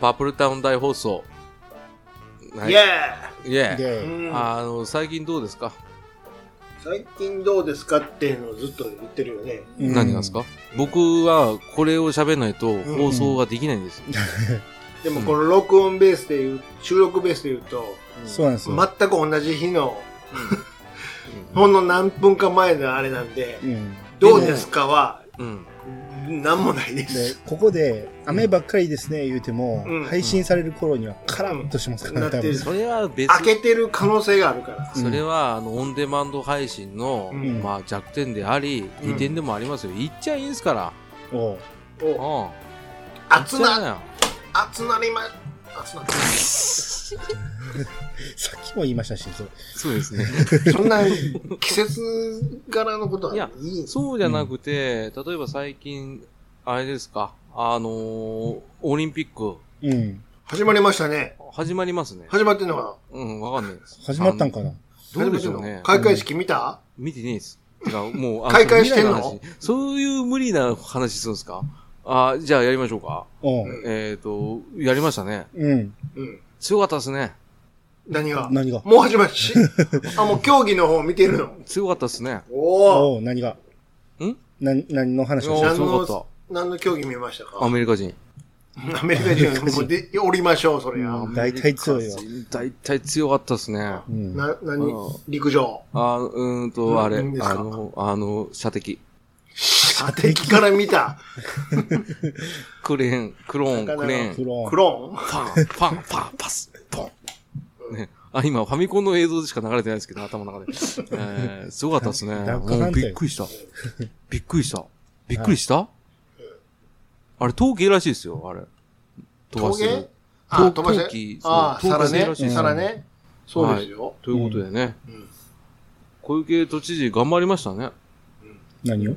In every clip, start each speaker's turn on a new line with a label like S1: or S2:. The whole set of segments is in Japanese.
S1: パープルタウン大放送。は
S2: イ
S1: い
S2: エ
S1: イエーイ
S2: ーイ、
S3: で、
S2: うん
S1: あの、最近どうですか、
S2: 最近どうですかっていうのをずっと言ってるよね。
S3: うん
S1: 何がですか僕はこれを喋んないと
S2: ん
S1: 放送ができないんです。
S2: でもこの録音ベースで言う、収録ベースで言うと、
S3: そうなんですよ。
S2: 全く同じ日の、
S1: うん
S2: ほんの何分か前のあれなんで、
S3: うん
S2: どうですかは、
S1: うん。
S2: なんもないで。、
S3: ですここで、雨ばっかりですね、言うても、
S2: うん
S3: 配信される頃にはカランとしますから、
S2: うん
S3: 多
S2: なって
S3: 分
S2: る。
S1: それは別
S2: 開けてる可能性があるから。
S3: うん
S1: それは、あの、オンデマンド配信の、
S2: うん
S1: まあ、弱点であり、
S2: う
S1: 利
S2: ん
S1: 点でもありますよ。言っちゃいいんですから。
S3: おう
S1: う
S2: お
S1: ん。
S2: 熱
S1: 言っちゃい
S2: な、
S1: よ。
S2: 熱なりま、熱なり
S3: さっきも言いましたし、そう。
S1: そうですね。
S2: まそんな季節柄のことはいい
S1: や
S2: いんです
S1: そうじゃなくて、例えば最近、あれですか、あのーオリンピック、
S3: うん。
S2: 始まりましたね。
S1: 始まりますね。
S2: 始まってんのかな
S1: うん、わかんないです。
S3: 始まったんかな
S1: あのどうでしょう
S2: 始まってん
S1: ね
S2: の。開会式見た、
S1: 見てねえです。てか、も う、あ
S2: 開会してんの
S1: そう無理な話そういう無理な話するんですかあじゃあやりましょうか。
S3: おう
S2: うん
S1: えっ、と、やりましたね。
S3: うん。
S2: うん。
S1: 強かったですね。
S2: 何が
S3: 何が
S2: もう始まるし。 あ、もう競技の方見てるの。
S1: 強かったですね。
S2: おお。
S3: おう何が
S1: ん
S3: な、何の話
S1: い
S3: をし
S1: や
S3: た
S2: 何
S1: 強
S2: の
S1: かっ
S2: 何の競技見ました
S1: た。ア
S2: か
S1: メリカ人。
S2: アメリカ人もうでおりましょう、それ
S3: う
S2: は
S3: ん。大体強いわ
S1: アメリカ人。大体強かったですね。
S3: うん。
S2: な、何
S1: うん
S2: 陸上。
S1: あうーん
S2: うん
S1: と、あれ、あ
S2: いいんですか
S1: の、あの、射的。
S2: 射的から見た。
S1: クレーン、クローン、
S2: 魚の
S1: クレーン。
S3: クロ
S2: クローン
S1: パン、パン、パン、パス、ポン。ね。あ、今、ファミコンの映像でしか流れてないですけど、頭の中で。えー、すごかったですね。
S3: なんか
S1: も
S3: な
S1: うん
S3: て
S1: びっくりした。びっくりした。びっくりしたあれ、陶芸らしいですよ、あれ。飛ば
S2: 陶
S1: せ
S2: 芸
S1: る。
S2: あ、
S1: 陶
S2: 飛ば
S1: 陶
S2: せ
S1: 器。そう
S2: ああ、
S1: 陶器
S2: 皿
S1: ら
S2: ね。
S1: しいです
S2: 皿ね。そうですよ。
S1: ということでね、
S2: うん
S1: 小池都知事頑張りましたね。
S3: ン。何を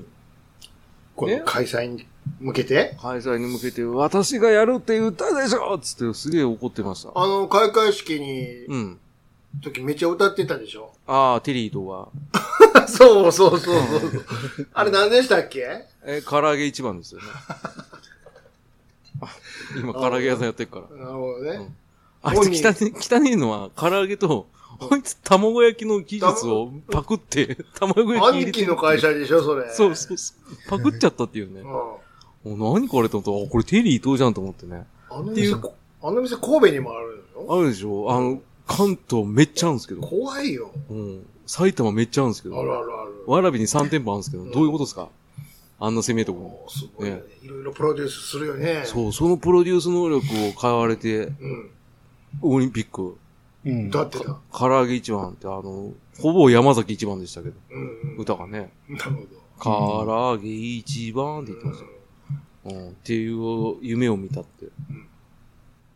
S2: この開催に向けて。
S1: 開催に向けて、私がやるって言ったでしょつって、すげえ怒ってました。
S2: あの、開会式に、
S1: うん。
S2: 時めっちゃ歌ってたでしょ。
S1: ああ、テリーとは。
S2: そうそうそうそう。あれ何でしたっけ
S1: え、唐揚げ一番ですよ ね。あ今、唐揚げ屋さんやってるから。
S2: なるほどね。
S1: あいつ
S2: 本人
S1: 汚ね、汚ねえのは、唐揚げと、こいつ卵焼きの技術をパクって、卵焼き入
S2: 兄
S1: れて
S2: 貴の会社でしょ、それ。
S1: そうそうそう。パクっちゃったっていうね。
S2: う
S1: もう何これと思ったら、あこれテリー伊藤じゃんと思ってね。
S2: ん。あの
S1: ってい
S2: 店
S1: う、
S2: あの店神戸にもあるのよ。
S1: あるでしょあの、関東めっちゃあるんですけど。
S2: 怖いよ。
S1: うん。埼玉めっちゃあるんですけ
S2: あ
S1: ど。
S2: るあるある。
S1: わらびに3店舗あるんですけど、どういうことですかあんな攻めとこに。
S2: おーすごいね。いろいろプロデュースするよね。う。
S1: そう、そのプロデュース能力を買われて、
S2: うん。
S1: オリンピック、
S3: うん。
S2: 歌ってた。
S1: 唐揚げ一番って、あの、ほぼ山崎一番でしたけど、
S2: うん。
S1: 歌がね、
S2: うん。なるほ
S1: 唐揚げ一番って言って
S2: ど
S1: ましたよ。うん、っていう夢を見たって
S2: ん。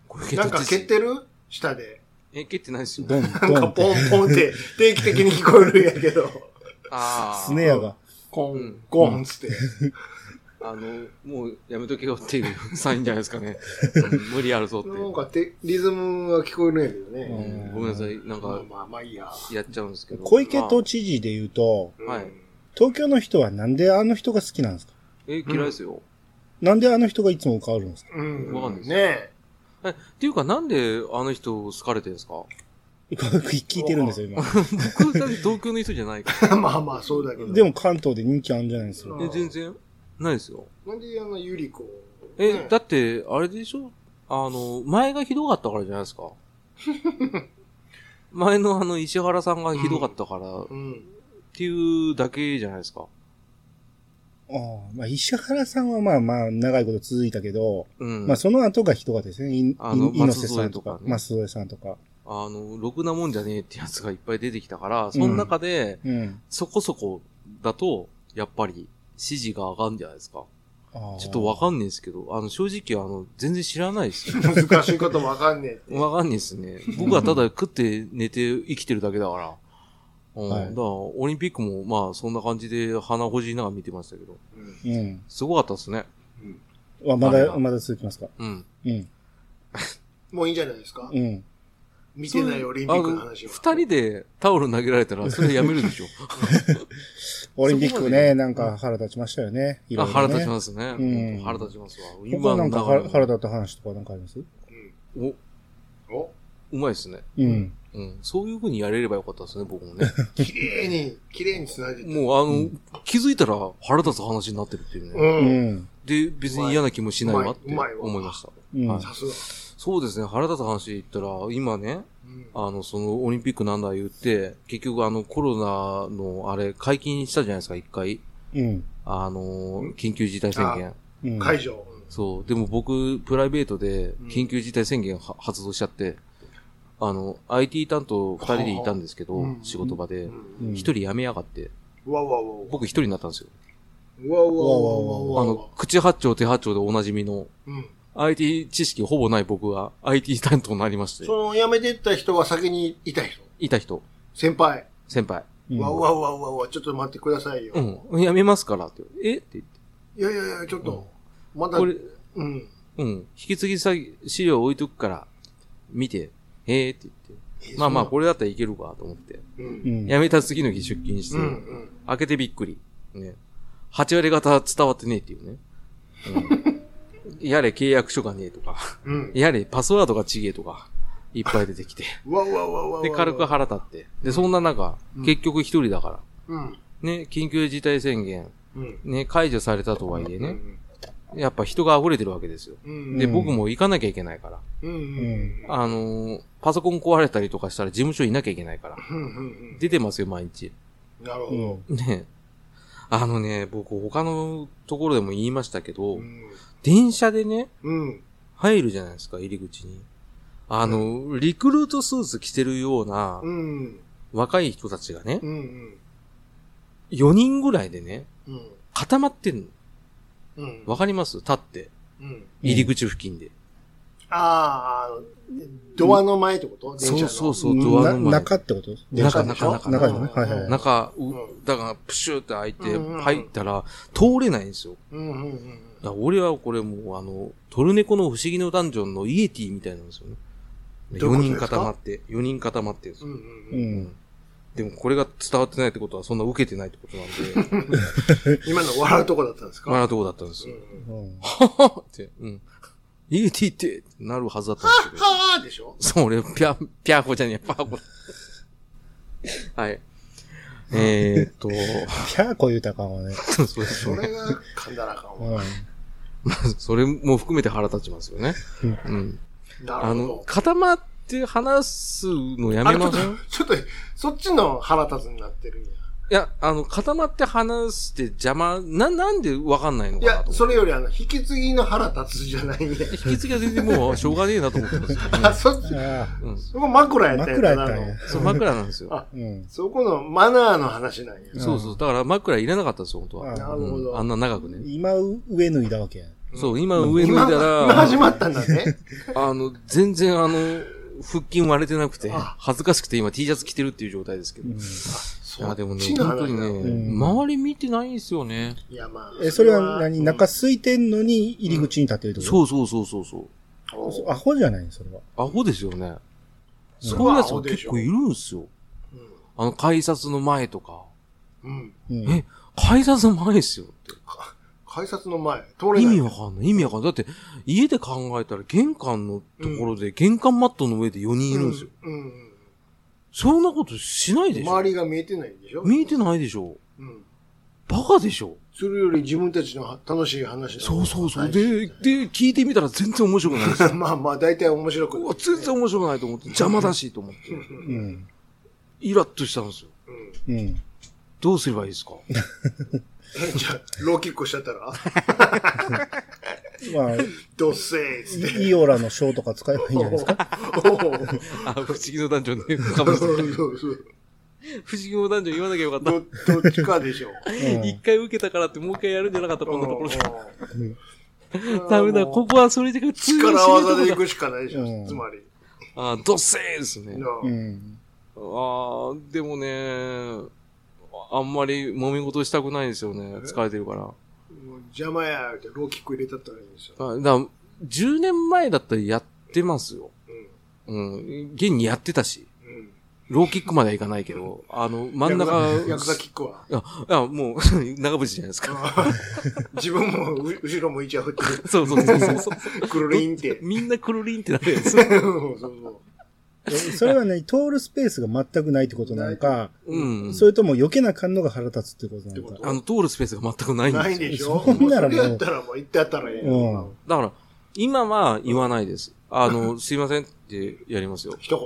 S1: こ
S2: う
S1: れ
S2: ん。なんか蹴ってる下で。
S1: え、蹴ってないですよ。
S3: ドン、
S2: なん
S3: ド
S2: か
S3: ン
S2: ポ
S3: って。
S2: ンポ ンって定期的に聞こえるんやけど。
S1: ああ。
S3: スネアが。
S2: コ
S1: う
S2: ン
S1: ん、
S2: コンつって。
S1: あの、もうやめとけよっていうサインじゃないですかね。うん無理あるぞって。
S2: なんかてリズムが聞こえるんやけど
S1: う
S2: ね。
S1: んごめんなさい、なん
S2: まあ
S1: か、
S2: まあまあいいや。
S1: やっちゃうんですけど。
S3: 小池
S1: まあ
S3: 都知事で言うと、
S2: うん
S1: はい。
S3: 東京の人はなんであの人が好きなんですか
S1: え、嫌いですよ。
S3: なんであの人がいつも変わるんですか
S2: うん。
S1: わかんないです
S2: ねえ。
S1: え、っていうかなんであの人好かれてるんですか
S3: 聞いてるんですよ、今。
S1: 僕だって東京の人じゃないから。
S2: まあまあ、そうだけど。
S3: でも関東で人気あるんじゃない ですか
S2: うん
S1: え、全然、ないですよ。
S2: なんであの、ゆりこ。
S1: え、
S2: ね
S1: だって、あれでしょあの、前がひどかったからじゃないですか。前のあの、石原さんがひどかったから、っ
S2: うん。
S1: ていうだけじゃないですか。
S3: ああ、まあ石原さんはまあまあ長いこと続いたけど、
S1: うん。
S3: まあその後がひどかったですね。いい
S1: あの
S3: 猪瀬さん
S1: 松、添
S3: とか
S1: とかね
S3: 松添さんとか。
S1: あの、ろくなもんじゃねえってやつがいっぱい出てきたから、その中で、
S3: うん。
S1: そこそこだと、やっぱり、支持が上がるんじゃないですか。
S3: ちょ
S1: ちょっとわかんないですけど、あの、正直、あの、全然知らないですよ。
S2: 難しいことわかんねえって。
S1: わかんないですね。僕はただ食って寝て生きてるだけだから。うん。
S3: はい
S1: だから、オリンピックもまあそんな感じで鼻ほじりながら見てましたけど。
S2: うん
S3: うん。
S1: すごかったですね。
S3: あま
S1: あれが
S3: だ、まだ続きますか。
S1: うん。
S3: うん。
S2: もういいんじゃないですか
S3: うん。
S2: 見てないオリンピックの話は。
S1: そういうあの二人でタオル投げられたらそれやめるで しょ。
S3: オリンピッ
S1: そこ
S3: ク
S1: まで
S3: ね、なんか腹立ちましたよね。いろ
S1: あ
S3: い
S1: 腹
S3: ろ、ね。
S1: 立ちますね。
S3: うん
S1: 腹立ちますわ。
S3: 他なんか
S1: 中
S3: 腹
S1: でも
S3: 腹立った話とかなんかあります
S2: うん
S1: お、う
S2: お
S1: まいですね。
S3: うん。
S1: うん。そういう風にやれればよかったですね、僕もね。
S2: 綺麗に、綺麗に繋いでた。
S1: もう、あの、
S3: うん
S1: 気づいたら腹立つ話になってるっていうね。
S3: う
S2: うん。
S3: ん。
S1: で、別に嫌な気もしないわって
S2: うまいわ
S1: 思いました。
S3: うん。
S1: はい
S2: さすが。
S1: そうですね、腹立つ話で言ったら、今ね、
S2: うん
S1: あの、その、オリンピックなんだ言って、結局あの、コロナの、あれ、解禁したじゃないですか、一回。
S3: うん。
S1: あの、緊急事態宣言。
S3: うん。
S2: 解除。
S1: そう。でも僕、プライベートで
S2: うん、
S1: 緊急事態宣言は発動しちゃって、あの、IT 担当二人でいたんですけど
S2: はあう、ん
S1: 仕事場
S2: う
S1: で。
S2: ん
S1: 一人辞めやがって、
S2: うわうわうわうわ。
S1: 僕一人になったんですよ。
S2: うわうわうわうわ
S1: あ
S2: うわ
S1: の。、口八丁手八丁でおなじみの、
S2: うん。
S1: IT 知識ほぼない僕が IT 担当になりまして
S2: そ、の辞めてった人は先にいた人。
S1: いた人、
S2: 先輩。
S1: 先輩。
S2: う
S3: う
S2: んわうわうわうわうわ、ちょっと待ってくださいよ。
S1: うん、やめますからって。えって言って。
S2: いやいやいや、ちょっと。まだ、
S1: これ
S2: う、ん。
S1: うん、引き継ぎ先資料置いとくから、見て、へえって言って。
S2: え
S1: まあまあ、
S2: そ
S1: これだったらいけるかと思って。
S2: ううん。
S3: うん。
S1: やめた次の日出勤して、
S2: うんうん。
S1: 開けてびっくり。ね。8割方伝わってねえっていうね。うん、 やれ契約書がねえとか、
S2: うん。
S1: やれパスワードがちげえとか、いっぱい出て きて。
S2: うわうわうわうわ。
S1: で、軽く腹立って。で、そんな中、
S2: うん
S1: 結局一人だから。
S2: うん。
S1: ね、緊急事態宣言、
S2: うん。
S1: ね、解除されたとはいえ
S2: う
S1: ね、
S2: ん。
S1: やっぱ人が溢れてるわけですよ。
S2: うん。
S1: で、
S3: うん
S1: 僕も行かなきゃいけないから。
S2: うん。うん。
S1: あのーパソコン壊れたりとかしたら事務所いなきゃいけないから。
S2: うんうんうん。
S1: 出てますよ、毎日。
S2: なる
S3: う
S2: ほ
S3: ん。
S1: ねあのね、僕他のところでも言いましたけど、
S2: ど。うん。
S1: 電車でね、
S2: うん。
S1: 入るじゃないですか、入り口に。あの、リクルートスーツ着てるような
S2: うん。
S1: 若い人たちがね
S2: う、ん。
S1: 4人ぐらいでね、
S2: うん。
S1: 固まってんの。
S2: うん。
S1: わかります立って。
S2: うん。
S1: 入り口付近で。
S2: ああ、ドアの前ってこと電車
S1: そう
S2: の
S1: そうそう、
S3: うん。
S1: ドアの
S3: な
S1: 前。
S3: 中ってこと
S1: 中
S3: 電車
S1: 中
S3: 中
S1: 中
S3: でね。はいはい。
S1: 中、う
S2: うん
S1: だから、プシューって開いて、
S2: うんうんうん
S1: 入ったら、通れないんですよ。
S2: うんうんうん
S1: だから俺はこれもう、あの、トルネコの不思議のダンジョンのイエティみたいなんですよね。
S2: どういう
S1: 4人
S2: ことですか
S1: 固まって、4人固まってるんです
S2: う
S1: よ、
S2: んう
S3: うん
S2: うん。
S3: ん。
S1: でもこれが伝わってないってことは、そんな受けてないってことなん で、
S2: 今の笑うとこだったんですか
S1: まあなとこだったんです
S2: うん
S1: よ。
S2: うん
S3: うん
S1: って、うん。イエティって、なるはずだったんですけど。
S2: はあでしょ
S1: そう、俺、ぴゃ、ぴゃーこじゃねえ、パーこ。 はい。えーっと、
S3: キャーこ言うたらあかんわね。
S1: そうです
S2: そ
S1: ね。
S2: れが噛んだらあかんわ。
S3: う
S1: それも含めて腹立ちますよね。うん。
S2: な
S1: あ
S2: るほ
S1: の、
S2: ど。
S1: 固まって話すのやめませんい
S2: ちょっと、そっちの腹立つになってるんや。
S1: や、あの、固まって話して邪魔、な、なんでわかんないの
S2: い
S1: かな
S2: や、
S1: と思
S2: それよりあの、引き継ぎの腹立つじゃないんや。
S1: って。引き継ぎは全然もうしょうがねえなと思ってますよ、
S2: あ、 そっち、
S3: ん。ああ。
S1: うん。
S2: そこ枕やったやつ
S3: 枕やったんや
S2: あの。
S1: そう、枕なんですよ。
S3: うん。
S2: そこのマナーの話なんや。
S3: うん
S1: そうそう。だから枕いらなかったんですよ、本当は。
S2: なるほど
S1: うんあんな長くね。
S3: 今、上脱いだわけや。
S1: そう、今上脱いだ
S2: 今今
S1: ら、
S2: 始まったんだ ね。
S1: あの、全然あの、腹筋割れてなくて、
S2: あ
S1: 恥ずかしくて今 T シャツ着てるっていう状態ですけど。い
S2: そ
S1: や、でもね、
S2: っちの
S1: 本当
S2: 話
S1: に
S2: だ
S1: ね、
S3: うん
S1: 周り見てないんですよね。
S2: いや、まあ。
S3: え、それは何中
S2: う
S3: 空いてんのに入り口に立ってるってこと
S1: そうそうそうそうそう。
S2: ん
S3: そうアホじゃないそれは。
S1: アホですよね。
S2: そ
S1: そ
S2: れ
S1: ういう
S2: はア
S1: やつ
S2: ホ
S1: が
S2: でし
S1: 結
S2: ょ
S1: 構いるんですよ。あの、改札の前とか。
S2: うん。うん。
S3: うん。
S1: え改札の前ですよって。
S2: 改札の前、通れない。
S1: 意味わかんない、意味わかんない。だって、家で考えたら玄関のところで、玄関マットの上で4人いるんですよ。
S2: うん。うん
S1: そんなことしないでしょ
S2: 周りが見えてないんでしょ
S1: 見えてないでしょ
S2: うん。
S1: バカでしょ
S2: それより自分たちの楽しい話の方
S1: そ
S2: が
S1: うそうそう。
S2: 大事
S1: で、で、聞いてみたら全然面白くないです。
S2: まあまあ、大体面白く
S1: う
S2: な
S1: わ
S2: い。
S1: 全然面白くないと思って、邪魔だしと思って、
S3: うん。
S1: イラッとしたんですよ。
S2: うん
S3: うん。
S1: どうすればいいですか
S2: えじゃあ、ローキックしちゃったら、
S3: まあ、
S2: どっせーっつって。
S3: イオラのショーとか使えばいいんじゃないで すか。
S1: あ、不思議の男女 ね。かもしれない
S2: そうそう
S1: 不思議の男女言わなきゃよかった。
S2: どどっちかでしょう。
S3: うん
S1: 一回受けたからってもう一回やるんじゃなかった、こんなところで。
S3: う ん
S1: ダメだ、ここはそれで通用しない
S2: 力
S1: と
S2: 技で
S1: こ
S2: 行
S1: だ。
S2: くしかないでしょ、
S3: うん
S2: つまり。
S1: あー、どっせーですね。
S2: なあ
S3: うん。
S1: あー、でもね、あんまり揉み事したくないんですよね。疲れてるから。
S2: もう邪魔や、ってローキック入れたったらいいんですよ。
S1: あだから10年前だったらやってますよ。
S2: うん
S1: うん。現にやってたし。
S2: うん
S1: ローキックまではいかないけど、あの、真ん中、
S2: ヤクザキックは。
S1: あ、あもう、 長渕じゃないですか。
S2: 自分もう後ろ向いちゃうっていう
S1: そうそうそう そうそう。
S2: くるりんって。
S1: みんなクルリンってなるやつ。
S2: そうそう
S3: えそれはね、通るスペースが全くないってことなのか、
S1: うん。
S3: それとも避けなあかんのが腹立つってことなの
S2: ってこ
S3: か。
S1: あの、通るスペースが全くないん
S2: な
S1: で
S2: い
S1: すよ。
S2: でしょ
S3: そんならもう
S2: もうそれやったらもう行ってやったらええやん
S3: うん
S1: だから、今は言わないです。あの、すいませんってやりますよ。
S2: 一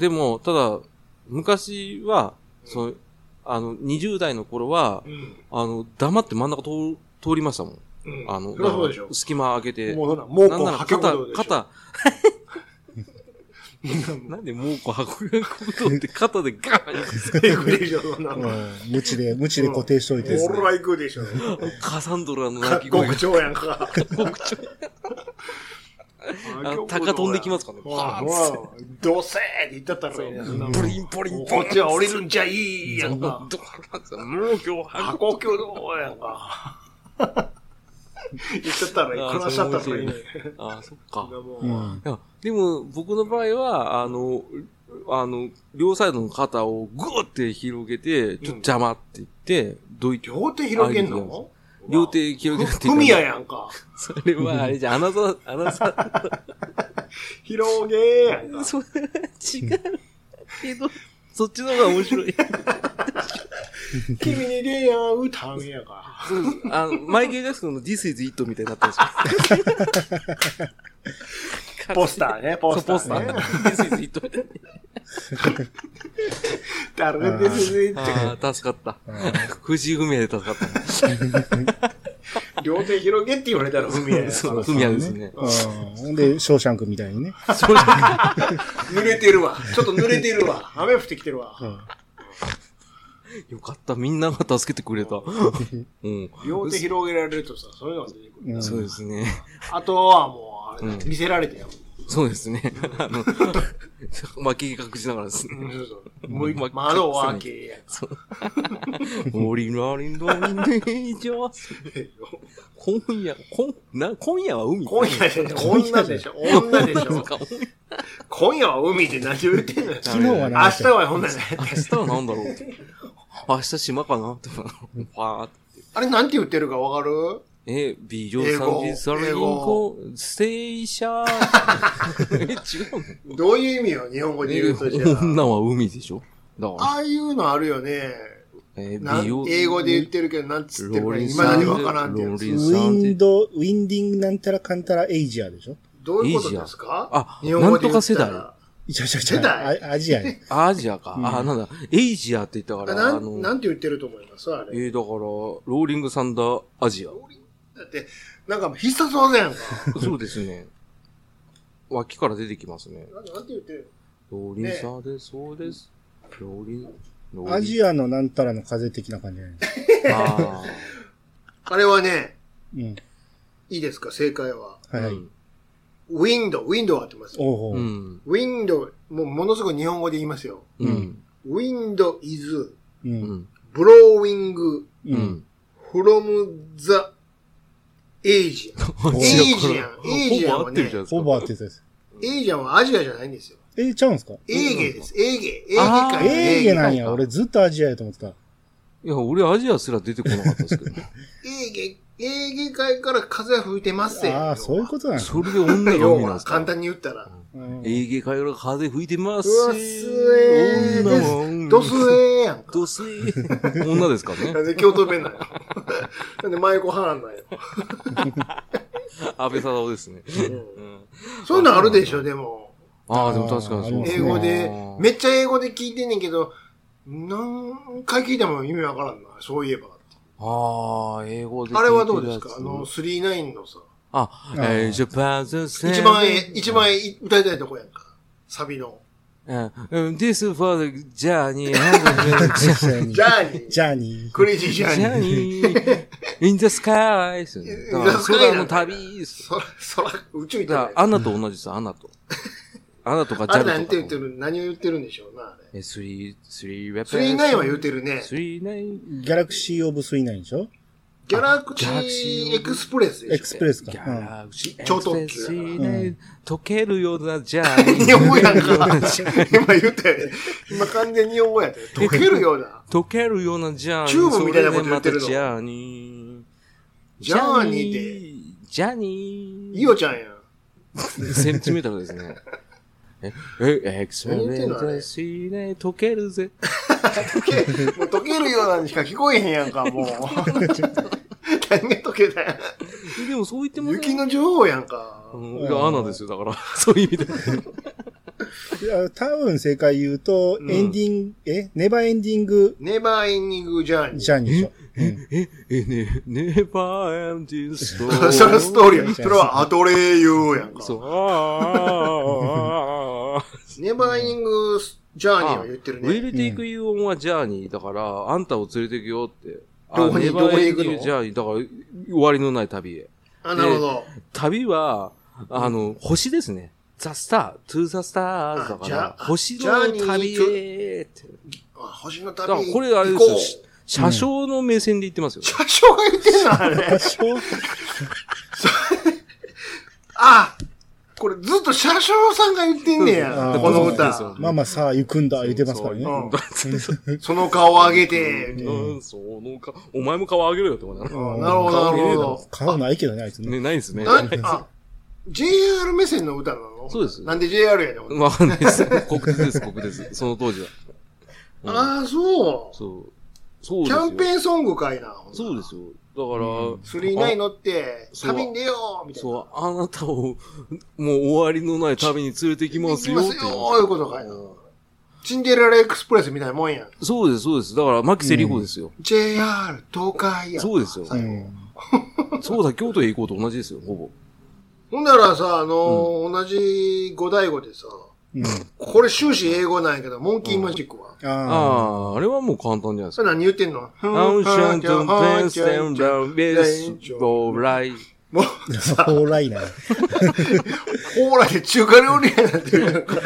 S1: でも、ただ、昔は、そう、あの、20代の頃は、
S2: 言。うん。
S1: あの、黙って真ん中通通りましたもん。
S2: うん。
S1: あの、
S2: そりゃそうでしょ。
S1: 隙間開けて。
S2: もうほら、もう
S1: な
S2: こ
S1: ん
S2: う
S1: なら
S2: はけ
S1: 肩
S2: 込む、でし ょ。
S1: 肩、なんでもうこう運ぶことって肩でガーン
S2: 行くでしょ、そんな
S3: う
S2: の。も
S3: ん無知で、無知で固定しといて。
S2: うら行くでしょ。
S1: カサンドラの鳴き声が
S2: 極超やんか。
S1: 極超あの鷹飛んできますからね
S2: ほら、
S1: バーン
S2: ほらどうせーって言ったったらええやんそんなもん
S1: ポリンポリンポ
S2: こ
S1: リン
S2: っちは降りるんじゃいいやんか。
S1: ドカーンってもう今日運
S2: 箱を共同やん か。言っちゃったらいい。
S1: あー
S2: 暮らしちゃったらいいね。
S1: ぶああ、そっか。
S3: う
S2: も
S3: ん。
S1: いや、でも、僕の場合は、あの、あの、両サイドの肩をグーって広げて、ちょっと邪魔って言って、どいて、
S2: 両手広げん
S1: あ
S2: の
S1: 両手広げるっていうか
S2: ふみややんか。
S1: それは、あれじゃん、アナザー、アナザ
S2: 広げーやん
S1: ー、
S2: か。
S1: それは違うけど、そっちの方が面白い。
S2: 君に出会うため やか。
S1: そうですあの、マイケル・ジャクソンの This is It みたいになったんですよ。
S2: ポスターね、ポスタ
S1: そうポスター。
S2: ーね。
S1: This is It みたい
S2: 誰ですねって。
S1: な。ああ、助かった。 藤井不明で助かった。
S2: 両手広げって言われたらふみややんか。
S1: そう、不明ですね。
S3: うん。で、ショーシャンクみたいにね。
S1: そうですね
S2: 濡れてるわ。ちょっと濡れてるわ。 雨降ってきてるわ。
S1: よかった、みんなが助けてく れた。うん。
S2: 両手広げられるとさ、そういうのが出てくる。
S3: うん
S1: そうですね。
S2: あとはもうあれだ、
S1: うん
S2: 見せられてやん。
S1: そうですね。あの、 巻き隠しながらですね。
S2: うんそうそうもう
S1: ま
S2: 窓を開けやん。
S1: 森のりのりねじゃあ、 今夜、こんな、今夜は海。
S2: 今夜でしょ、女でしょ、女でしょ。今夜は海で何を言ってんのよ。
S1: 昨
S3: 昨日は
S2: 明
S3: 何でし
S2: 日
S3: た
S2: はほんならね。
S1: 明日は何だろうって明日島 かなって。わーって。
S2: あれなんて言ってるかわかる
S1: え、ビジョンさんでサルイン
S2: 英
S1: コ
S2: 語、
S1: ステイシャー。 え、違うの
S2: どういう意味よ、日本語で言うとした
S1: え女
S2: ら。
S1: は海でしょだから、
S2: ああいうのあるよね。
S1: え
S2: なん英語で言ってるけど、なんつってるか、今だにわからんってや
S1: ロー
S2: つ
S1: リ。
S3: ウ
S1: ンさんっ
S3: ィ
S1: て
S3: ン。ド、ウィンディングなんたらかんたらエイジアでしょ
S2: どういうことですか
S1: あ
S2: 日本語で言った
S1: なんと
S2: ら。
S3: いやい
S2: 世
S3: や
S2: 代
S3: いや、あアジ アや。
S1: アジアか。あ、なんだ。エイジアって言った
S2: あ
S1: から、
S2: な
S1: あ
S2: んな
S1: の、
S2: んて言ってると思いますあ
S1: え
S2: れ。
S1: ー、だから、ローリングサンダーアジア。
S2: だって、なんか必殺技やんか。
S1: そうですね。 脇から出てきますね。
S2: なんなんて言ってる
S1: ローリングサンダーです、そうです。ローリン、ローリン
S3: アジアのなんたらの風的な感じじゃない
S1: あ
S2: あれはね、
S3: うん。
S2: いいですか正解は。
S1: あ。
S3: はい。
S1: うん
S2: ウィンド、ウィンドは合ってます。
S3: おうお
S1: う
S3: う。
S1: ん。
S2: ウィンド、もうものすごい日本語で言いますよ。
S1: う
S3: うんん。
S2: ウィンド is
S3: う。
S1: うんん。
S2: blowing
S1: う
S3: うんん。
S2: from the Asia。
S1: ア
S2: エイジアン
S1: から
S2: エイジアン
S1: ほぼ合
S2: はね
S1: ってるじゃないですか。
S3: オーバーってやつです。
S2: エイジアンはアジアじゃないんですよ。
S3: えー、ちゃうんすか
S2: エーゲーです。エーゲー。エーゲ
S1: あー
S2: 海
S3: エイゲなん
S1: エイゲ
S3: や。
S1: か
S3: 俺ずっとアジアやと思ってた。
S1: いや、俺アジアすら出てこなかったですけ ど。
S2: エーゲエーゲ海から風が吹いてますよ。
S3: ああ、そういうことなんや。
S1: それで女が海なん
S2: 要
S1: で
S2: は、
S1: すか
S2: 簡単に言ったら。
S3: うん
S1: エーゲ海から風吹いてます。
S2: うわすえーです
S1: 女は
S2: ドスエーやんか。
S1: ドスえー女ですからね
S2: な。んで京都弁なんよ。なんで舞妓派なんだよ。
S1: 安倍貞夫ですね。うん
S2: そういうのあるでしょ、でも。
S1: ああ、でも確かにそう
S3: あ
S2: 英
S3: りま
S2: 語
S3: すね
S2: で、めっちゃ英語で聞いてんねんけど、何回聞いても意味わからんな、そういえば。
S1: ああ、英語で聞いてるやつ。
S2: あれはどうですかあの、39のさ、
S1: あ、え
S3: う
S1: ー、
S3: ん
S1: ジャパンズセ
S2: 一番え、一番え歌いたいとこやんか。サビの。
S1: うん。This for the journey, has
S3: ジャーニ
S2: ジ
S3: ー。
S2: ャーニー。
S3: ジャーニー。
S2: クレイジージャ
S1: been
S2: ーニー。
S1: journey, in the sky ですよね。だから
S2: In the sky
S1: 空の旅です。
S2: そら、そら、宇宙行った
S1: だから、アナと同じです、アナと。アナとかジ
S2: あれ
S1: ャ
S2: な
S1: ル
S2: んて言っ
S1: と
S2: て
S1: か。
S2: る、何を言ってるんでしょうな、あ
S1: え、
S2: れ。
S1: 3、3 weapons.
S2: 39は言ってるね。
S1: 3、9。
S3: ギャラクシーオブスイナインでしょ
S2: ギャラクシ
S1: ギャラクシ
S2: ー
S1: ー
S2: エクスプレスで
S3: エ
S2: し
S3: ク
S2: ょ。
S3: スプレスか。
S1: ギャ
S3: うん
S1: ラクシー
S2: 超特急
S1: エクスプレス
S3: だから
S1: で溶けるようなジャ ー
S2: 日
S1: ニー
S2: 本語やんか。 今言ったよね。今完全に日本語やったよ 溶けるような。
S1: 溶けるようなジャーニー。
S2: チューブみたいなこと言ってるの
S1: それでまたジャーニー。
S2: ジャーニー
S1: で。ジャーニー。
S2: イオちゃんやん。
S1: センチメートルです ね。え、え、エクスペ
S2: 何言って
S1: レ
S2: んのあれ
S1: ンスしね、溶けるぜ。
S2: 溶け、もう溶けるようなにしか聞こえへんやんか、 もう。何が溶けたや
S1: でもそう言っても
S2: 雪の女王やんか。
S1: うん、いや、アナですよ、だから。 そういう意味で。
S3: いや多分正解言うと、
S2: うん
S3: エンディング、えネバーエンディング
S2: ネバーエンディングジャーニ
S3: ジャーニーでしょ。
S1: え、え、ね、ネバーエンディングストーリ
S2: ー。
S1: ー。
S2: それはストーリーや。それはアトレーユーやんか。
S1: そう。ああ。
S2: ネバーエンディングジャーニーは言ってる
S1: ウィ
S2: ね。
S1: ルティクユーオンはジャーニーだから、あんたを連れてくよって。あ
S2: どこに
S1: ネバーエンディン
S2: どこに行く
S1: グ
S2: の
S1: ジャーニー、だから、終わりのない旅へ。
S2: あ、なるほど。
S1: 旅は、あの、星ですね。ザ・スター、トゥ・ザ・スターズだ
S2: あ
S1: か
S2: じゃ
S1: ら、
S2: あ
S1: 星
S2: ジャー
S1: の
S2: ニー
S1: 旅へって。
S2: あ星の
S1: だから
S2: 旅
S1: これあれで
S2: 行こう
S1: すよ。車掌の目線で言ってますよ。
S2: 車掌が言ってんのあれ。あこれずっと車掌さんが言ってんねや
S3: あ。ー
S2: この
S1: そうそう
S2: 歌
S1: そ。
S3: まあまあさあ行くんだ、言ってますからね。
S2: そう
S1: そう
S2: その顔を上げて。
S1: うんそのか、お前も顔上げろよってことだな。
S2: あなるほど、なるほど。
S3: 顔ないけどね、あいつね。
S1: ね、ないですね。
S2: な、あ、JR 目線の歌なの
S1: そうです
S2: なんで JR やねん。
S1: わかんないです。国鉄です、国鉄。その当時は。うん
S2: ああ、そう。
S1: そう。そうで
S2: キ
S1: すよ。
S2: ャンペーンソングかいな。
S1: そうですよ。だから、
S2: スリーナイン乗って、
S1: そう
S2: 旅に出ようみたいな。
S1: そう、あなたを、もう終わりのない旅に連れてきますよ
S2: 行
S1: っ
S2: き
S1: て
S2: ますよ
S1: 言い
S2: ーいうことかいな。シンデレラエクスプレスみたいなもんやん。
S1: そうです、そうです。だから、牧瀬里子ですよ。
S2: JR 東海やん。
S1: そうですよ。
S3: うん
S1: そうだ、京都へ行こうと同じですよ、ほぼ。
S2: ほんならさ、あのー同じ五大語でさ、
S3: うん。
S2: これ終始英語なんやけど、モンキーマジックは。
S3: ああ。
S1: ああ、あれはもう簡単じゃないです
S2: そ
S1: か。
S2: れ何言ってんの
S1: アンシャントンペンステンダンベースボーライ。
S2: もう、
S3: そうライ ナー。
S2: コーラで中華料理屋なんていうか、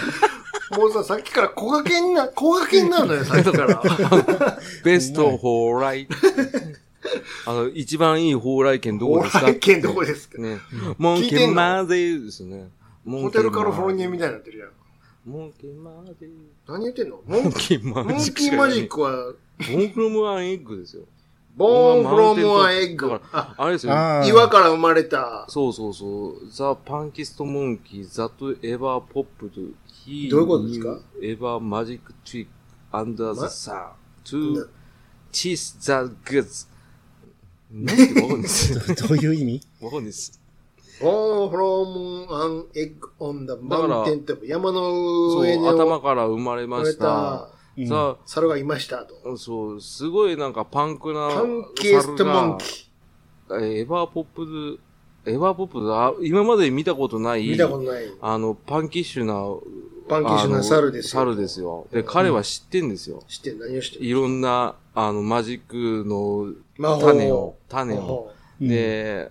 S2: もうさ、さっきから小掛けにな、小掛けになるのよ、さっきから。
S1: ベスト蓬莱。あの、一番いい蓬莱県どこ
S2: オ
S1: ですか
S2: ーライ県どこですか
S1: ね。モンキーマーデーですね。
S2: ホ
S1: ホ
S2: テルカルフォルニアみたいになってるやん。
S1: モンキーマーデー。
S2: 何言ってんのモン
S1: モンキーマ
S2: モン
S1: ジック
S2: キ
S1: し
S2: ー
S1: か
S2: マ
S1: 言
S2: ジ
S1: え
S2: ックは、
S1: ない。モンクロムアンエッグですよ。
S2: ボーンフロムアエッグ
S1: だ。から
S2: あ、
S1: あれですよ。
S3: ああ。
S2: 岩から生まれた。
S1: そうそうそう。ザ・パンキスト・モンキー、ザ・ト・エヴァ・ポップと、ヒー、
S2: どういうことですか
S1: エヴァ・マジック・トリック、アンダー・
S2: ま
S1: ザ・サー、ト
S2: んだ
S1: ゥ・チーズ・ザ・グッ ズ。なんてわかんないです。
S3: どういう意味
S1: わかんないです。
S2: ボーンフロムアンエッグオンダ
S1: だか
S2: マウン
S1: ら
S2: テント山の
S1: そう、
S2: 上に
S1: 頭から生まれま
S2: 生まれ
S1: した
S2: た。
S3: うん
S1: さ
S2: 猿がいましたと。
S1: あ、そう、すごいなんかパンクな
S2: パンケーストモンキー。
S1: 猿がエヴァ・ポップズ、エヴァ・ポップズ、あ今まで見たことない、
S2: 見たことない。
S1: あの、パンキッシュな、
S2: パンキッシュな猿ですよ
S1: あの猿ですよ。で、彼は知ってんですよ。
S2: 知ってん何をしてん
S1: いろんな、あの、マジックの
S2: 魔法
S1: 種を、種
S2: 魔
S1: を。
S2: 法
S3: うん
S1: で、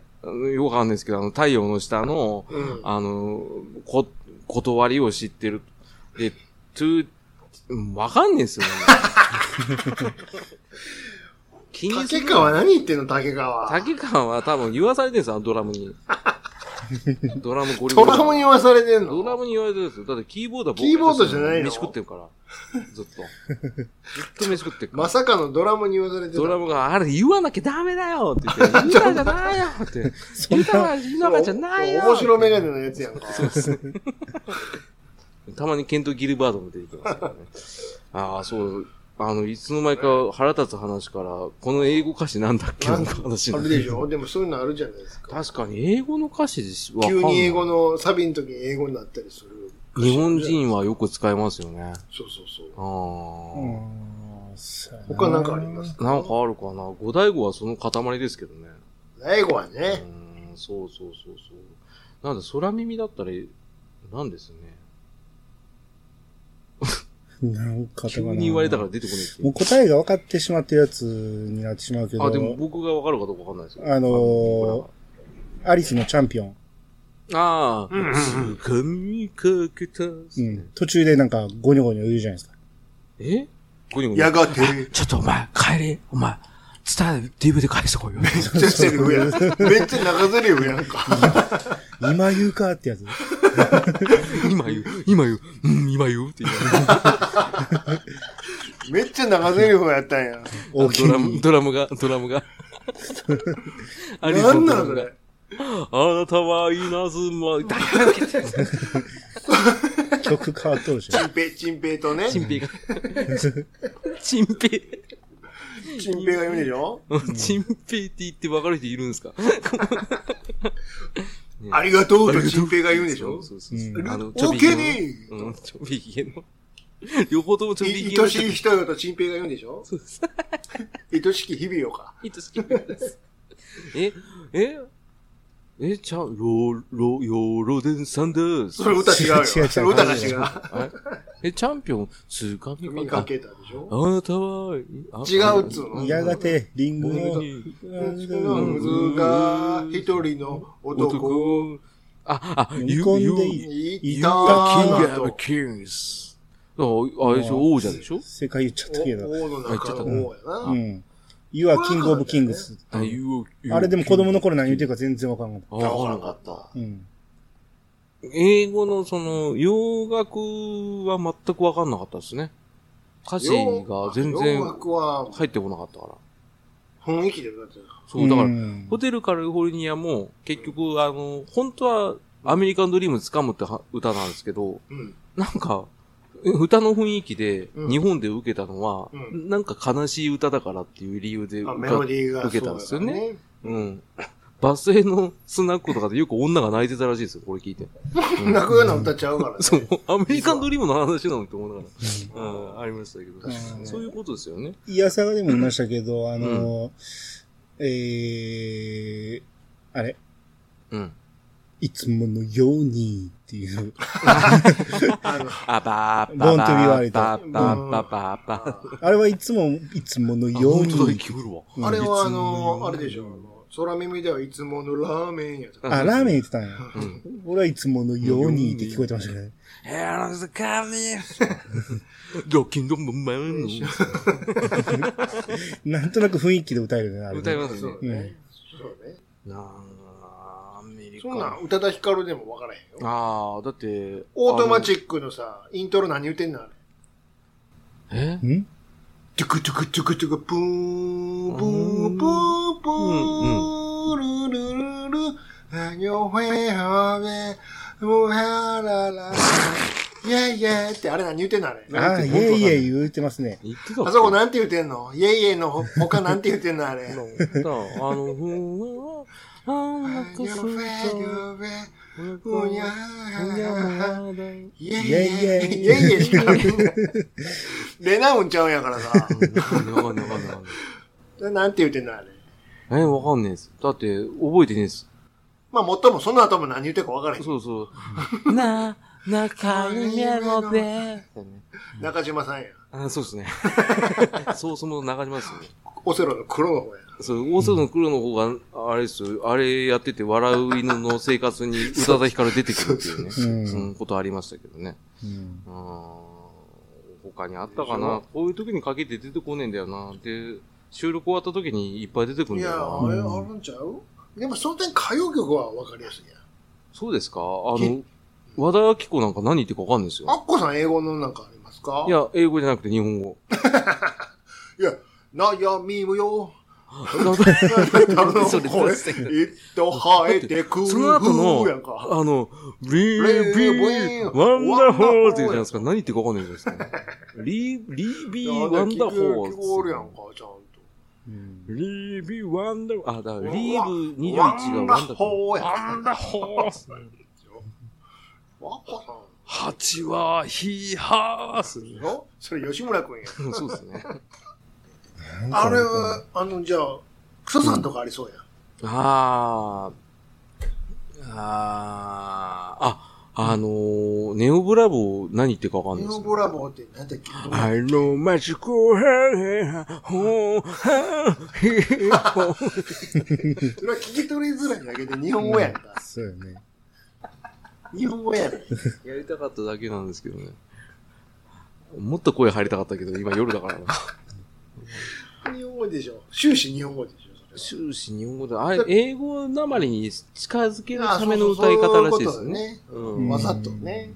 S1: よくわかんないですけど、あの、太陽の下の、
S2: うん。
S1: あの、こ、断りを知ってる。で、トゥ、うんわかんないです よ、ね。気にす
S2: 竹
S1: る。
S2: 川何言ってんの竹川。
S1: 竹川は多分言わされてるんですよ、あのドラム に。ドラムゴリゴ
S2: ド
S1: リ。
S2: ラムに言わされてん
S1: ドラ
S2: の
S1: ムに言われてるんですよ。だってキーボードは
S2: キーボードじゃないの
S1: 飯食ってるから。ずっと。ずっと飯食ってるから。
S2: まさかのドラムに言わされて
S1: ドラ
S2: た。
S1: ムが、あれ言わなきゃダメだよって言って、豊かじゃないよって。豊かじゃないよ
S2: 面白メガネのやつやんか。
S1: たまにケント・ギルバードも出てきますからね。ああ、そう。あの、いつの間にか腹立つ話から、この英語歌詞なんだっけ
S2: な
S1: なんん
S2: か
S1: か話
S2: あ
S1: にな
S2: る
S1: る
S2: でしょでもそういうのあるじゃないですか。
S1: 確かに英語の歌詞でしわかん
S2: 急
S1: ない
S2: に英語のサビの時に英語になったりする。
S1: 日本人はよく使いますよね。
S2: そうそうそう。
S1: ああ。
S3: うんそうやな
S2: 他なんかあります
S1: なんかあるかな。五大悟はその塊ですけどね。
S2: 大悟は
S1: うー
S2: ね、
S1: ん、そうそうそうそう。なんで、空耳だったら、なんですね。
S3: なんかあった
S1: 急
S3: かな
S1: に言われたから出てこないってい
S3: も
S1: う
S3: う答えが分かってしまってるやつになってしまうけど、
S1: あ、でも僕がわかるかどうかわかんないですよ。
S3: あのーアリスのチャンピオン。
S1: ああ、
S2: うんうんうん
S1: 掴みかけた、
S3: うん。途中でなんかゴニョゴニョ言うじゃないですか。
S1: えここにも
S2: やがて、
S1: ちょっとお前、帰れ、お前。伝えで DVD 返してこいよ。
S2: めっちゃセリフやん。めっちゃ中セリフやんか。
S3: 今言うかっ てやつ。
S1: 今言う、今言う、うん、今言うって言いな がら
S2: めっちゃ中セリフやったんや。
S3: 大きい
S1: ドラム、ドラムが、ドラム が。アリ
S2: な
S1: ソン
S2: ん
S1: ド
S2: な
S1: ラ
S2: んそ
S1: ムが
S2: れ。
S1: あなたは稲妻、だ
S3: 曲変わっとるし。
S2: チンペイ、チンペイとね。
S1: チンペイが。 チンペイ。
S2: チンペイが言うんでしょ
S1: チンペイって言って分かる人いるんですか
S2: ありがとうとチンペイが言うんでしょ
S1: そうそうそう
S3: う
S1: あの、
S2: オ
S1: ちょ
S2: ー
S1: び
S2: ケ
S1: ひ
S2: ー
S1: げ
S2: に
S1: の。うん、ちょびひげの。両方ともちょびひ
S2: い
S1: げの。
S2: 愛しい人よとチンペイが言うんでしょ
S1: そうです。
S2: 愛しき日々よか。
S1: 愛しきです。え、え、え、ちゃう、ロ、ロ、ヨロデンさんです。
S2: それ 歌違うよ。
S3: 違う違う
S2: それ歌が違う。
S1: あえ、チャンピオン、つかみ
S2: 見
S1: か
S2: か
S1: け。
S2: けたでしょ
S1: あなたは、あ
S2: 違うっつうの。
S3: やがて、リンゴ
S1: 僕
S3: の、
S1: に
S2: ムズが一人の男を
S1: 男。あ、あ、
S3: 見込んでいい
S2: い
S1: い
S2: た
S1: た
S2: なと。
S1: キング、キングス。ああれでしょ、王者でしょ
S3: 正解言っちゃったけど。
S2: 王の中の王や
S3: う
S2: な。
S3: ん。You are king of kings.
S1: あいう
S3: あれでも子供の頃何言ってるか全然わかんなかっ
S1: あ
S2: わから
S1: わ
S2: ん
S1: か
S2: か
S1: ん
S2: った。
S3: た。うん。
S1: 英語のその、洋楽は全くわかんなかったですね。歌詞が全然
S2: 洋楽は
S1: 入ってこなかったから。
S2: 雰囲気で歌ってた。
S1: そう、だから
S3: う、ん
S1: ホテルカリフォルニアも、結局、あの、本当は、アメリカンドリーム掴むっては歌なんですけど、
S2: うん。
S1: なんか、え歌の雰囲気で、
S2: うん
S1: 日本で受けたのは、
S2: う
S1: なんか悲しい歌だからっていう理由で受
S2: あ
S1: か
S2: メロディーが
S1: 受けたんですよね
S2: そうだ
S1: う
S2: ね。
S1: ん。バス停のスナックとかでよく女が泣いてたらしいですよ、これ聞いて。うん
S2: 泣くような歌ちゃうからね。
S1: そう、アメリカンドリームの話なのって思いながら、うん、ありましたけ
S2: 確
S3: か
S1: ど、
S3: に
S1: そういうことですよね。
S3: いやさがでも言いましたけど、あの、えー、あれ、
S1: うん。
S3: いつものようにっていう、
S2: あの
S1: あばー
S3: Born to be wild
S1: ばーばーばーばーばーば
S3: あれはいつも、いつもの
S1: ー。
S3: よう
S1: あ本当だ
S3: に。
S1: 聞こえるわ。
S3: うん
S2: あれはあ
S1: いつものよう
S2: の、
S1: に
S2: あれでしょ。あの空耳ではいつものラーメンやった。
S3: あ、ラーメン言ってたんや。
S1: うん。
S3: 俺はいつものようにって聞こえてましたけどね。
S1: Hello, the coming! ドキンドンボンマン
S3: なんとなく雰囲気で歌えるね、あれね。
S1: 歌います
S2: そ
S1: ね。
S2: うね。そうね。
S1: なあ、アメリカ。
S2: そんなん、宇多田ヒカルでも分からへんよ。
S1: ああ、だって。
S2: オートマチックのさ、イントロ何言ってんのあれ。
S1: あの。え
S3: ん
S2: トゥクトゥクトゥクトゥク、プーン、プーン、プーン、プーン、ルルルルル、あよへはべ、うはらら、イェイイェイって、あれ何言ってんのあれ。
S3: ああ、いえいえ言うてますね。
S1: 言ってたっけ
S2: あそこなんて言ってんのイェイイェイの他なんて言ってんのあれ。
S1: なんかさあの、ふーん、あ
S2: あ
S1: ー、なんか
S2: よ
S1: する
S2: へよべ、
S1: と、
S2: う
S1: う
S2: に
S1: に
S2: ゃ
S1: ゃ
S2: ーは
S1: まだい
S2: イェイイェイ。イェイイェイしか言ってないレナウンちゃうんやからさ。
S1: やわかんないわかんないわかんない。
S2: なんて言ってんのあれ。
S1: え、わかんねえです。だって、覚えてねえです。
S2: まあ、もっとも、その後も何言ってるか分からへん。
S1: そうそう。な、中にやろで。
S2: 中島さんや。
S1: あ、そうですね。そうそも長島ですね。
S2: オセロの黒の方や。
S1: そう、大阪の黒の方が、あれですよ、あれやってて笑う犬の生活に宇多田ヒカル出てくるっていうね、
S3: そうそう
S1: そ
S3: そう
S1: のことありましたけどね。
S3: うん
S1: うーん他にあったかなこういう時にかけて出てこねえんだよな。で、収録終わった時にいっぱい出てくる
S2: い
S1: んだ
S2: や、
S1: よ
S2: あ
S1: な。
S2: れ、あるんちゃうでも、その点、歌謡曲は分かりやすいやん。
S1: そうですかあ
S2: え
S1: の、和田明子なんか何言ってるかわかんないです
S2: ア
S1: よ。
S2: ッコさん、英語のなんかありますか
S1: い、や、英語じゃなくて日本 語。
S2: いや、悩みむよ。
S1: そ
S2: あの
S1: それ
S2: これ、
S1: それ
S2: いっと生えてくる。
S1: の後
S2: やんか。
S1: の、あの、リー
S2: レー
S1: ビ
S2: ビー
S1: ー、ワンダホー
S2: ワンダホ
S1: っ
S2: ー
S1: て言うじゃないですか。何言ってるかわかんないじゃないですか。リー、リービ
S2: い
S1: ー、
S2: や
S1: ワンダホ
S2: 聞く聞こえるやん
S1: ー
S2: か。、ちゃんと。
S1: リービー、ワンダホー。あ、だからリ
S2: ワ
S1: ーブ21
S2: ワ
S1: が
S2: ンダ
S1: ワンダホー。
S2: ホーやん。
S1: ワンダホー。
S2: アッコさん
S1: 蜂はヒーハース。
S2: でしょそれ、吉村くんや。
S1: そうですね。
S2: あれは、あの、じゃあ、クソさんとかありそうやん。
S1: あー。あー。あ、あのー、ネオブラボー何言ってるかわかんない
S2: ニ
S1: で
S2: ノ
S1: す。
S2: ブラボーって何だっけ
S1: I know magic hair, oh, hair,
S2: それは聞き取りづらいだ けで日本語やんか。
S3: そうよね。
S2: 日本語やねん。
S1: やりたかっただけなんですけどね。もっと声入りたかったけど、今夜だからな。
S2: 日本語でしょ。終始日本語でしょ。それは
S1: 終始日本語で、あれ、英語なまりに近づけるための歌い方らしいですよね。
S2: あそうそうそういうことだよ
S1: うん
S2: ね。わざとね。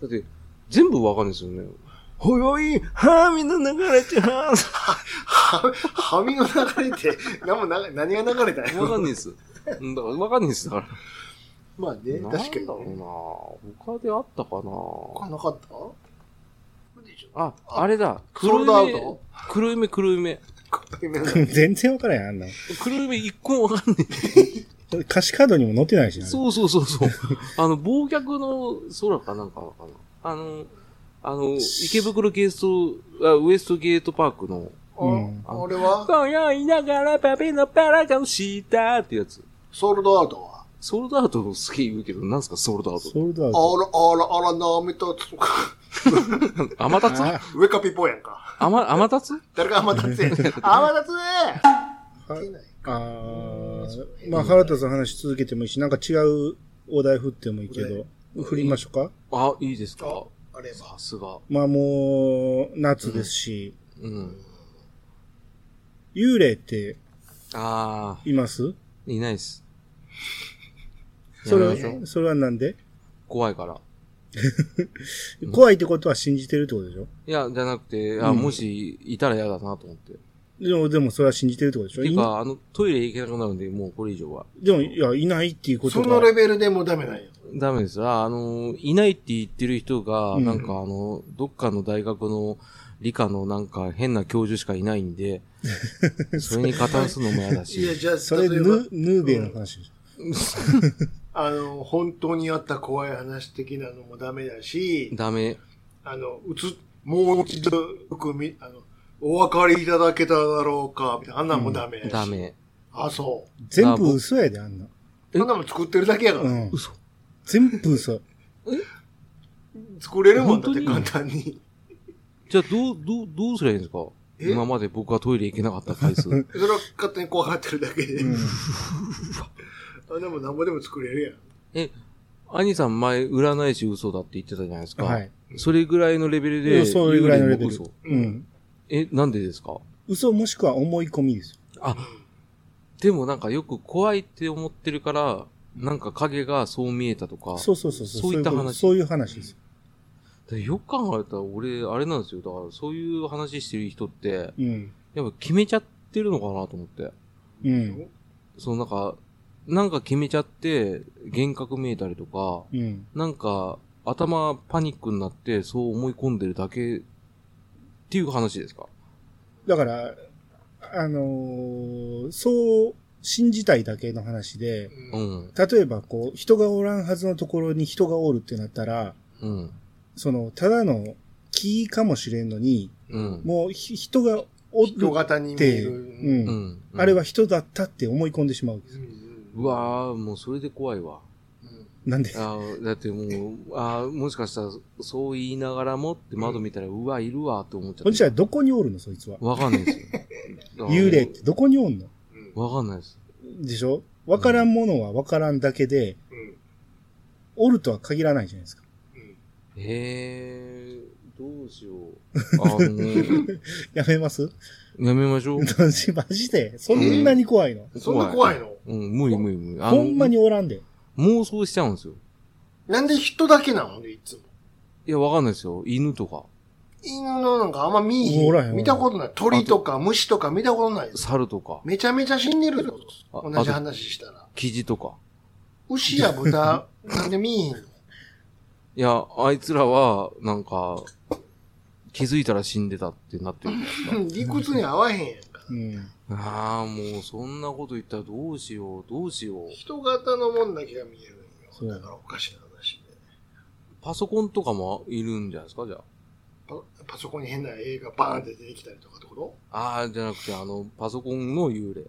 S1: だって、全部わかるんですよね。ほよい、はみの流れては
S2: は、はみの流れて、何もな、何が流れたんや
S1: わかんないです。うんだからわかんないです。だから。
S2: まあね、
S1: なん
S2: 確かに
S1: だ。ろうな他であったか
S2: 他
S1: な
S2: なかったそうでしょ
S1: あ、あれだ。黒
S2: ソールドアウ
S1: 梅
S2: ト、
S1: 黒梅、黒梅。
S3: 全然わからへん、あんなの。
S1: 黒梅一個もわかんない。
S3: 歌詞カードにも載ってないしな。
S1: そうそうそうそう。あの、忘却の空かなんかかな。あの、あの、池袋ゲスト、あウエストゲートパークの、
S3: うん
S2: あ、俺は
S1: 今夜いながらパペのパラがしたってやつ。
S2: ソールドアウトは
S1: ソールドアウトすげえ言うけど、なんすかソールドアウト
S3: ソ。ールドアウト。
S2: あら、あら、あら、なめたつ。
S1: アマタツ
S3: あ
S2: ウェカピポーやんか。
S1: アマ、アマタツ
S2: 誰が天達やねん。天達聞いない
S3: あーまあ、原田さん話し続けてもいいし、なんか違うお題振ってもいいけど、振りましょうか。
S1: あ、いいですか
S2: あれば
S1: さ。すが。
S3: まあ、もう、夏ですし、
S1: うん。
S3: 幽霊って
S1: あ
S3: います
S1: ー、いないっす。
S3: それ
S1: やめましょう
S3: は、それはなんで
S1: 怖いから。ん
S3: 怖いってことは信じてるってことでしょ
S1: いや、じゃなくて、あ
S3: うん
S1: もし、いたら嫌だなと思って。
S3: でも、でもそれは信じてるってことでしょ
S1: て
S3: い
S1: いうか、あの、トイレ行けなくなるんで、もうこれ以上は。
S3: でも、いや、いないっていうこと
S2: そ
S3: が
S2: のレベルでもうダメなんや。
S1: ダメです。ああの、いないって言ってる人が、
S3: うん
S1: なんかあの、どっかの大学の理科のなんか変な教授しかいないん で、それに加担するのも嫌だ
S2: いや、
S1: し。
S2: じゃあ、
S3: それ、
S2: 例え
S3: ヌ
S2: ば
S3: ー、ヌーベイの話でしょ
S2: あの、本当にあった怖い話的なのもダメだし、
S1: ダメ。
S2: あの、うつ、もう一度、よくみ、あの、お分かりいただけただろうか、みたいな、あんなんもダメやし。
S1: ダ。メ。
S2: あ、そ
S3: 全部嘘やで、あんな。
S2: う。あんなんも作ってるだけやから。
S3: うん。
S1: 嘘。
S3: 全部嘘。
S2: 作れるもんだって簡
S1: 本
S2: 単に。
S1: じゃあ、どう、どう、どうすりゃいいんですか
S2: え
S1: 今まで僕はトイレ行けなかった回数。 う
S2: それは勝手に怖がってるだけで。
S3: うん。
S2: あ、でも何ぼでも作れる
S1: 兄さん前、占い師嘘だって言ってたじゃないですか。
S3: はい。
S1: それぐらいのレベル
S3: う
S1: で、
S3: んそれぐらいのレベ
S1: 幽
S3: ル
S1: 霊も嘘。
S3: うん。
S1: え、なんでですか
S3: 嘘もしくは思い込みですよ。
S2: やん。
S1: あ、でもなんかよく怖いって思ってるから、なんか影がそう見えたとか。
S3: そうそうそう。
S1: そういった
S3: こと
S1: 話
S3: そういう話ですよ。
S1: でよく考えたら俺、あれなんですよ。だからそういう話してる人って、
S3: うん。
S1: やっぱ決めちゃってるのかなと思って。
S3: うん。
S1: そのなんか、なんか決めちゃって幻覚見えたりとか、
S3: うん。
S1: なんか頭パニックになってそう思い込んでるだけっていう話ですか
S3: だから、あのーそう信じたいだけの話で、
S1: う
S2: うん
S1: ん。
S3: 例えばこう、人がおらんはずのところに人がおるってなったら、
S1: うん。
S3: その、ただの木かもしれんのに、
S1: うん。
S3: もうひ人がお
S2: 人
S3: る
S2: 型に
S3: っ
S2: 見え
S3: て、
S2: る。
S3: う。
S1: うんん。
S3: あれは人だったって思い込んでしまう。
S2: うん
S1: う。わぁ、もうそれで怖いわ。
S2: うん
S3: なんで、
S1: あーだってもう、あーもしかしたら、そう言いながらもって窓見たら、うわ、いるわって思っちゃ
S3: こっち
S1: っ
S3: はどこにおるの、そいつは
S1: た。。わかんないですよだから。
S3: 幽霊ってどこにおんの
S2: うん
S1: わかんないです。
S3: でしょわからんものはわからんだけで、
S2: うん
S3: おるとは限らないじゃないですか。
S2: うん
S1: へえー、どうしよう。あ の、
S3: やめます
S1: やめましょう。
S3: マジマジでそんなに怖いの、
S2: そんな怖いの
S1: うん、無理無理無理。あの
S3: ほんまにおらんで。
S1: 妄想しちゃうんですよ。
S2: なんで人だけなのいつも。
S1: いや、わかんないですよ。犬とか、
S2: 犬のなんかあんま見え
S3: おら
S2: へ
S3: へんおらへ
S2: ん。
S3: ん
S2: 見たことない。鳥とか虫とか見たことないです。
S1: 猿とか、
S2: めちゃめちゃ死んでるぞ。
S1: あ
S2: 同じ話したら。
S1: キジとか。
S2: 牛や豚、なんで見えへんの
S1: いや、あいつらは、なんか、気づいたら死んでたってなってるじゃないですか。
S2: うん理屈に合わへんやんか。
S3: うん。
S1: ああ、もうそんなこと言ったらどうしよう、どうしよう。
S2: 人型のもんだけが見える
S3: そ
S2: ん
S3: う
S2: よ。だからおかしな話で。
S1: パソコンとかもいるんじゃないですか、じゃ
S2: パパソコンに変な映画バーンって出てきたりとかってこと
S1: あ。ああ、じゃなくて、あの、パソコンの幽霊。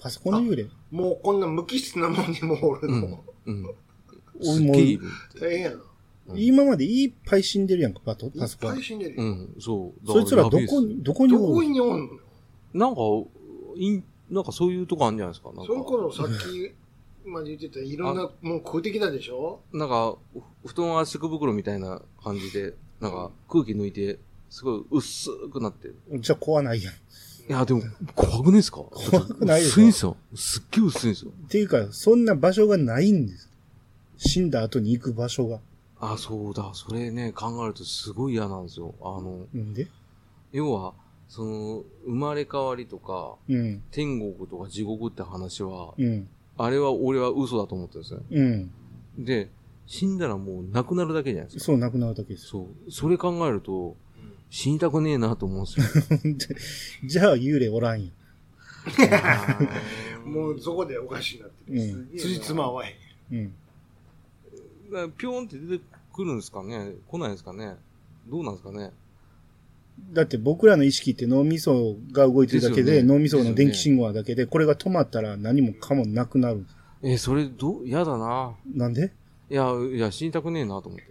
S3: パソコンの幽霊
S2: もうこんな無機質なもんにもおるの。
S1: うんうん。
S3: 俺
S1: すっ
S3: も
S1: げえいる。
S2: 大変やな。
S1: うん
S3: 今までいっぱい死んでるやんか、パト
S2: い
S3: パソ
S2: っ
S3: コ
S2: ぱ
S3: ン
S2: い。死んでるよ。
S1: うん、そう。だか
S3: そいつら
S1: や
S3: ど
S1: べえっす
S3: こに、どこに
S2: ど
S3: お
S2: こ
S3: る
S2: におんの
S1: なんか、いん、なんかそういうとこあるんじゃないですか。なん
S2: その
S1: か、
S2: 頃さっきまで言ってたいろんなもん食うてきたでしょ
S1: なんか、ふ布団圧縮袋みたいな感じで、なんか空気抜いて、すごい薄くなってる。
S3: じゃあ、怖ないやん。
S1: いや、でも、怖くないですか
S3: 怖くないで
S1: 薄
S3: す
S1: いんですよ。すっげえ薄いんですよ。
S3: っていうか、そんな場所がないんです。死んだ後に行く場所が。
S1: あ、そうだ。それね、考えるとすごい嫌なんですよ。あの、
S3: んで
S1: 要は、その、生まれ変わりとか、
S3: うん。
S1: 天国とか地獄って話は、
S3: うん。
S1: あれは俺は嘘だと思ってるんですね。
S3: うん。
S1: で、死んだらもう亡くなるだけじゃないですか。
S3: そう、なくなるだけです。
S1: そう。それ考えると、死にたくねえなと思うんですよ。
S3: じゃあ幽霊おらんよ。
S2: もうそこでおかしいなって
S3: う
S2: る
S3: ん。
S2: 辻褄合わへん。
S3: うん。
S1: だからピョーンって出てくるんですかね来ないんですかねどうなんですかね
S3: だって僕らの意識って脳みそが動いてるだけ
S1: です
S3: で、
S1: よね
S3: 脳みその電気信号なだけで、これが止まったら何もかもなくなる。
S1: えーそれ、どう、嫌だな。
S3: な んで
S1: いや、いや、死にたくねえなと思って。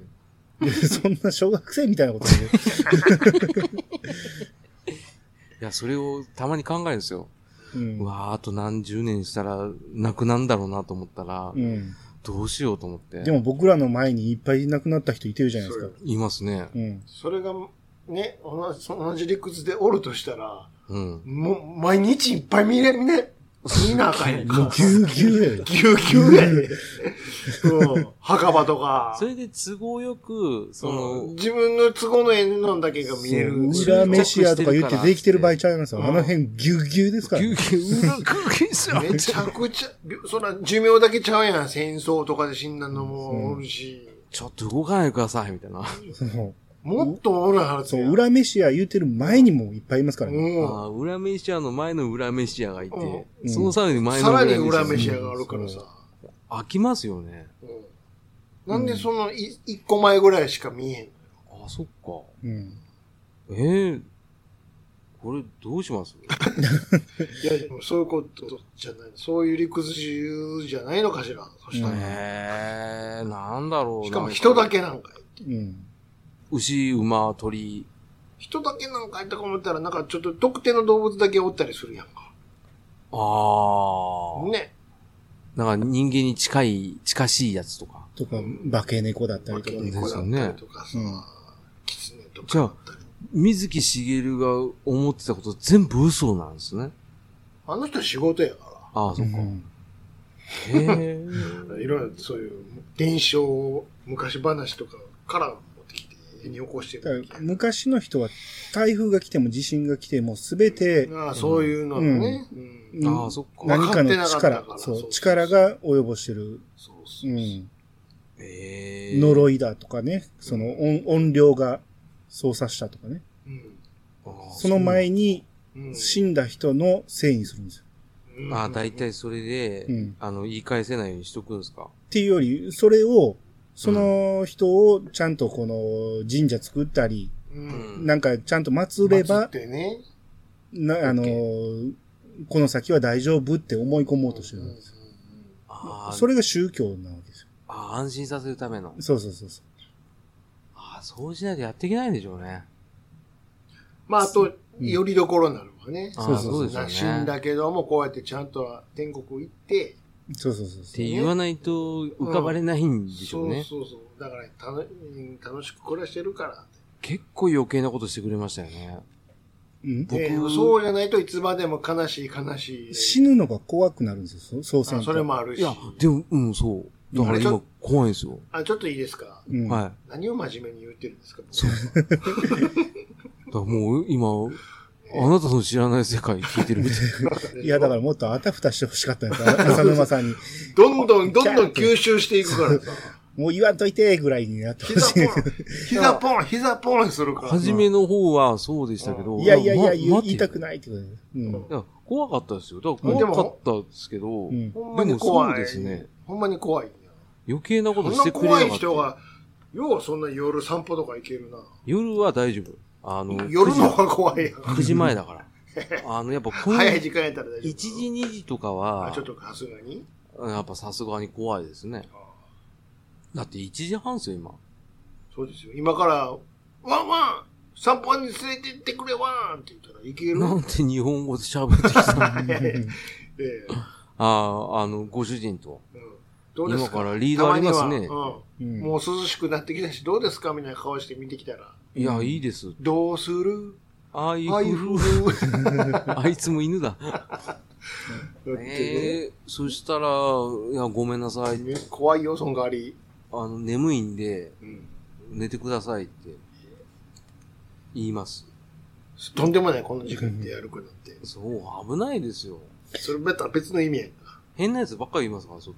S3: そんな小学生みたいなことで。
S1: いや、それをたまに考えるんですよ。
S3: うん
S1: う。わー、あと何十年したら、なくなんだろうなと思ったら、
S3: うん。
S1: どうしようと思って。
S3: でも僕らの前にいっぱい亡くなった人いてるじゃないですか。
S1: 言いますね。
S3: うん。
S2: それが、ね、同じ同じ理屈でおるとしたら、
S1: うん。
S2: もう、毎日いっぱい見れ、見れ、見なあかんや んか。
S3: ぎゅうぎゅうやで
S2: ぎゅうぎゅうやで。うん。墓場とか。
S1: それで都合よく、そ
S2: うん
S1: の、
S2: 自分の都合の縁のだけが見える。
S1: そう
S3: 裏飯屋とか言ってできてる場合ちゃいますよ。
S2: うん
S3: あの辺ぎゅうぎゅうですから
S1: ぎゅ。うぎゅう、うらくぎゅうすよ。
S2: めちゃくちゃ、そら、寿命だけちゃうやん。戦争とかで死んだのもおるし。
S1: ちょっと動かないでください、みたいな。あ
S3: その
S2: もっとおるはず
S3: そ
S2: や
S3: う、
S2: ん。
S3: 裏飯屋言うてる前にもいっぱいいますからね。
S2: うん。
S1: ー裏飯屋の前の裏飯屋がいて、
S3: うん
S1: そのさらに前の
S2: さらに裏飯
S1: 屋
S2: 屋があるからさ。
S1: 飽きますよね。
S2: うんなんでそのい一個前ぐらいしか見えへん。
S1: あ、そっか。
S3: うん。
S1: ええこれどうし ます
S2: いや、でもそういうことじゃない。そういう理屈じゃないのかしら。そしたら。
S1: ええなんだろうな
S2: しかも人だ。けなんかい。
S3: うん。
S1: 牛、馬、鳥。
S2: 人だけなんかいたか思ったら、なんかちょっと特定の動物だけおったりするやんか。
S1: ああ。
S2: ね。
S1: なんか人間に近い、近しいやつとか。
S3: とか、化け猫だった
S2: 化
S3: りと
S2: け
S3: か。
S2: 猫だったりとかさ
S3: うん、
S2: キツネとか。
S1: じゃあ、水木しげるが思ってたこと全部嘘なんですね。
S2: あの人は仕事やか
S1: ああ、
S3: う
S1: そっか。
S3: ん。
S1: へえ。
S2: ら、いろいろそういう伝承を昔話とかから持ってきて、絵に起こして
S3: だ
S2: る
S3: から昔の人は台風が来ても地震が来てもすべて
S2: ああ、そういうのね。うん
S3: うん
S1: ああ、そっか。
S3: 何かの
S2: 分かってなかった
S3: 力
S2: か、らそう
S3: そ
S2: そう
S3: う、力が及ぼしてる、
S2: そう
S3: う、
S2: そうん
S1: ええい。
S3: 呪いだとかね、その音音量が操作したとかね、
S2: うん
S1: あー
S3: その前に
S2: うん。
S3: 死んだ人のせいにするんですよ。
S2: うん
S1: ああ、大体それで、
S3: うん
S1: あの、言い返せないようにしとくんですか。
S3: っていうより、それを、その人をちゃんとこの神社作ったり、
S2: うん。
S3: なんかちゃんと祀れば
S2: 祭っ、てね。
S3: なあのー、この先は大丈夫って思い込もうとしてるんですよ。
S1: ああ、
S3: それが宗教なわけですよ。
S1: ああ安心させるための。
S3: そうそうそうそう。
S1: ああ、そうしないとやっていけないんでしょうね。
S2: まあ、あと、よりどころになるわね。
S1: ああ、
S3: そうそ
S1: そう
S3: う
S1: ですよね。
S2: 死んだけども、こうやってちゃんと天国行って、
S3: そうそうそう
S1: っ
S3: そう。
S1: て言わないと浮かばれないんでしょうね。
S2: そうそうそう。だから楽、楽しく暮らしてるから。
S1: 結構余計なことしてくれましたよね。
S3: うん
S1: 僕
S2: でそうじゃないといつまでも悲しい悲しい。
S3: 死ぬのが怖くなるんですよ、そうそうせ
S2: あ
S3: んと
S2: それもある
S1: い
S2: し
S1: や。、でも、うん、そう。だから今怖いんですよ。
S2: あ、ちょっといいですか
S3: うん
S1: はい。
S2: 何を真面目に言ってるんですか僕
S1: だからもう今、あなたの知らない世界聞いてるみたい
S3: いや、だからもっとあたふたしてほしかったんですよ、浅沼さんに。
S2: どんどんどんどん吸収していくから さ。
S3: もう言わんといて、ぐらいになってほ
S2: 膝
S3: し
S2: ポ
S3: い。
S2: ン、膝ポン、膝ポンするか
S1: な。
S2: ら。
S1: 初めの方はそうでしたけど。
S3: いやいやいや、言
S1: ま
S3: い言いたく
S1: 待
S3: ないってことです。 うん
S1: て。よいや、怖かったですよ。だから怖かったですけど、
S3: うん
S2: ほんまに怖
S1: で
S2: い。
S1: もそうですね
S2: ほんまに怖いんや。
S1: 余計なこ
S2: そ
S1: と
S2: ん
S1: し
S2: な
S1: てくれな
S2: 怖
S1: か
S2: い
S1: っ
S2: 人
S1: た。
S2: が、ようそんな夜散歩とか行けるな。
S1: 夜は大丈夫。あの、
S2: 夜の方が 怖いやん。
S1: 9時前だから。あの、やっぱこの
S2: 早い時間やったら大丈夫。
S1: 1時2時とか
S2: あ、
S1: は
S2: ちょ、っとさすがに。
S1: やっぱさすがに怖いですね。だって1時半ですよ、今。
S2: そうですよ。今から、ワンワン散歩に連れてってくれワンって言ったら行ける
S1: なんて日本語で喋ってきた のあ
S2: ええ
S1: あ、あの、ご主人と。
S2: うんどうですか
S1: 今からリードありますね
S2: たには
S3: う
S2: うん
S3: ん
S2: もう涼しくなってきたし、どうですかみたいな顔して見てきたら。
S1: いや、いいです。
S2: どうする
S1: ああいう
S2: ああいう
S1: 夫婦、
S2: 風 だっ
S1: あいつも犬 だ。
S2: てね。
S1: ええそしたら、いや、ごめんなさい。
S2: 怖いよ、その代わり。
S1: あの、眠いんで、
S2: うん
S1: 寝てくださいって、言います。
S2: とんでもない、こんな時間ってやるくなって。
S1: そう、危ないですよ。
S2: それまた別の意味やんか。
S1: 変なやつばっかり言いますから、 外。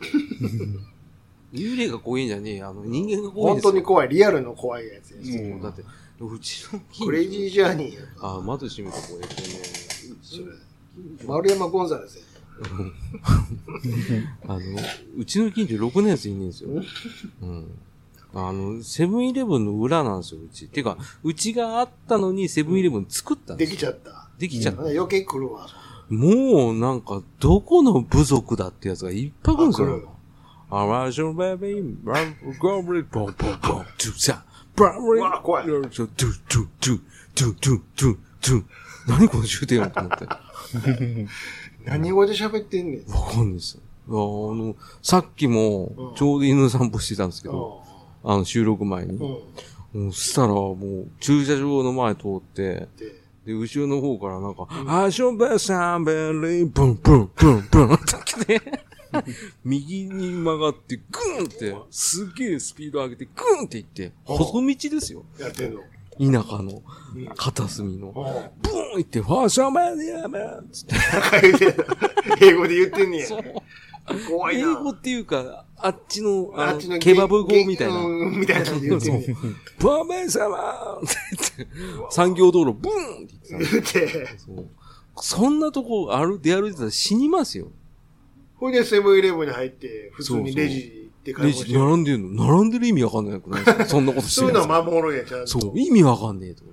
S1: 幽霊が怖いんじゃねえよあの、人間が怖いん
S2: 本
S1: ですよ。
S2: 当に怖い、リアルの怖いやつやし。
S3: に
S1: もうだって、うちの近所
S2: クレイジージャーニーやんか。
S1: あ、窓閉めてこうやってね。
S2: それ。丸山ゴンザレスやん
S1: あの、うちの近所6年生いねんですよ。うん。あの、セブンイレブンの裏なんですよ、うち。てか、うちがあったのにセブンイレブン作ったんで
S2: ですき
S1: よ。
S2: ちゃった。
S1: できちゃった。
S2: 余計来るわ。
S1: もう、なんか、どこの部族だってやつがいっぱい来るんです
S2: あ来る
S1: よ。あ、マジョベビー、バン、ゴブリ、ポンポンポン、トゥザ、バンブリ、
S2: うわ怖い
S1: トゥ、トゥ、トゥ、トゥ、トゥ、トゥ、トゥ、トゥ。何この終点音と思って。
S2: 何語で喋ってんねん。
S1: わかんないです。あの、さっき
S2: うん
S1: も、ちょうど犬散歩してたんですけど、
S2: う
S1: あの、収録前に。
S2: ん。
S1: も
S2: うん。
S1: うそしたら、もう、駐車場の前通って、で、
S2: で、
S1: 後ろの方からなんか、あしょべさんべり、ブンブンブンブンって来て、右に曲がって、グーンって、すげえスピード上げて、グーンって行って、細道ですよ。
S2: やって んの。
S1: 田舎の、片隅の。
S2: うん。
S1: ブーン行って、ファーションベリーベンつって、
S2: 英語で言ってんねや
S1: そう。
S2: 怖い
S1: 英
S2: な。
S1: 語っていうか、あっちの、あ
S2: あっち
S1: の、
S2: の
S1: ケバブ語みたいな。
S2: な。みたいな感じで言ってんねや
S1: バーメン様って言って、産業道路ブーンって言って
S2: 言って。
S1: たそうそんなとこ歩出歩いてたら死にますよ。
S2: ほいでセブンイレブンに入って、普通にレジで買
S1: レ
S2: い物し
S1: ジ
S2: てる。
S1: 並んでるの並んでる意味わかんないくないですかそんなことして
S2: そう
S1: る
S2: い
S1: ん
S2: う
S1: で
S2: の
S1: す
S2: は守るんや、ちゃんと。
S1: そう、意味わかんねえと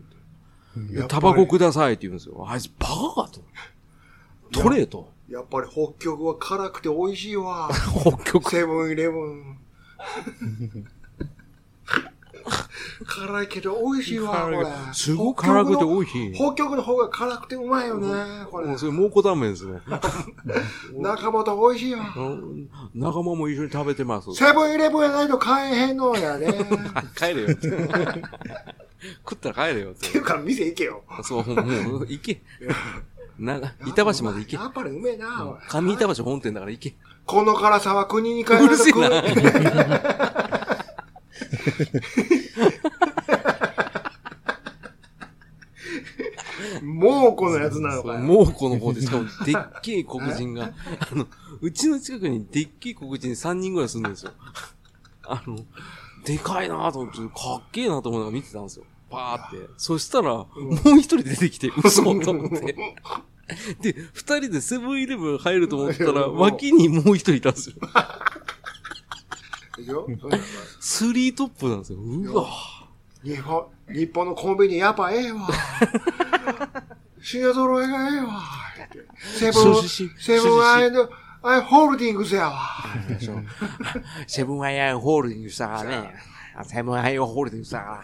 S1: 思って
S2: や
S1: で。
S2: っぱり
S1: タバコくださいって言うんですよ。あいつバカかと。取れと。
S2: やっぱり北極は辛くて美味し いわ。
S1: 北極。
S2: セブンイレブン。辛いけど美味しいわ、これ。
S1: すごく辛くて美味しい
S2: 北極の方が辛くてうまいよね、これ
S1: もう。それ蒙古タンメンですね。
S2: 中本美味しいわ。
S1: うん仲間も一緒に食べて ます。
S2: セブンイレブンやないと買えへんの やね。っ
S1: 帰れよって。 食ったら帰れよって
S2: て。いうか、店行けよ。
S1: そう、もう、行け。な、板橋まで行け。
S2: やっぱりうめえな、おい
S1: 上板橋本店だから行け。
S2: この辛さは国に帰ら
S1: う
S2: な
S1: る
S2: く
S1: せえな。
S2: もうこのやつなのかよ。
S1: 猛虎の方で、しかも、でっけえ黒人が、あの、うちの近くにでっけえ黒人3人ぐらい住んでるんですよ。あの、でかいなと思って、かっけえなと思いながら見てたんですよ。パーって。そしたら、もう一人出てきて、嘘と思って。で、二人でセブンイレブン入ると思ったら、脇にもう一人いたんですよ。
S2: でしょそうなの
S1: スリートップなんですよ。うわ
S2: 日本、日本のコンビニやっぱええ わ。品揃えがええわ。セブ
S1: 所
S2: ン
S1: 持し、
S2: セブ
S1: 所持
S2: ン
S1: し
S2: アイド、アイホールディングスやわ。
S1: セブンアイアイホールディングスだからね。セブンアイアイホールディングスだから。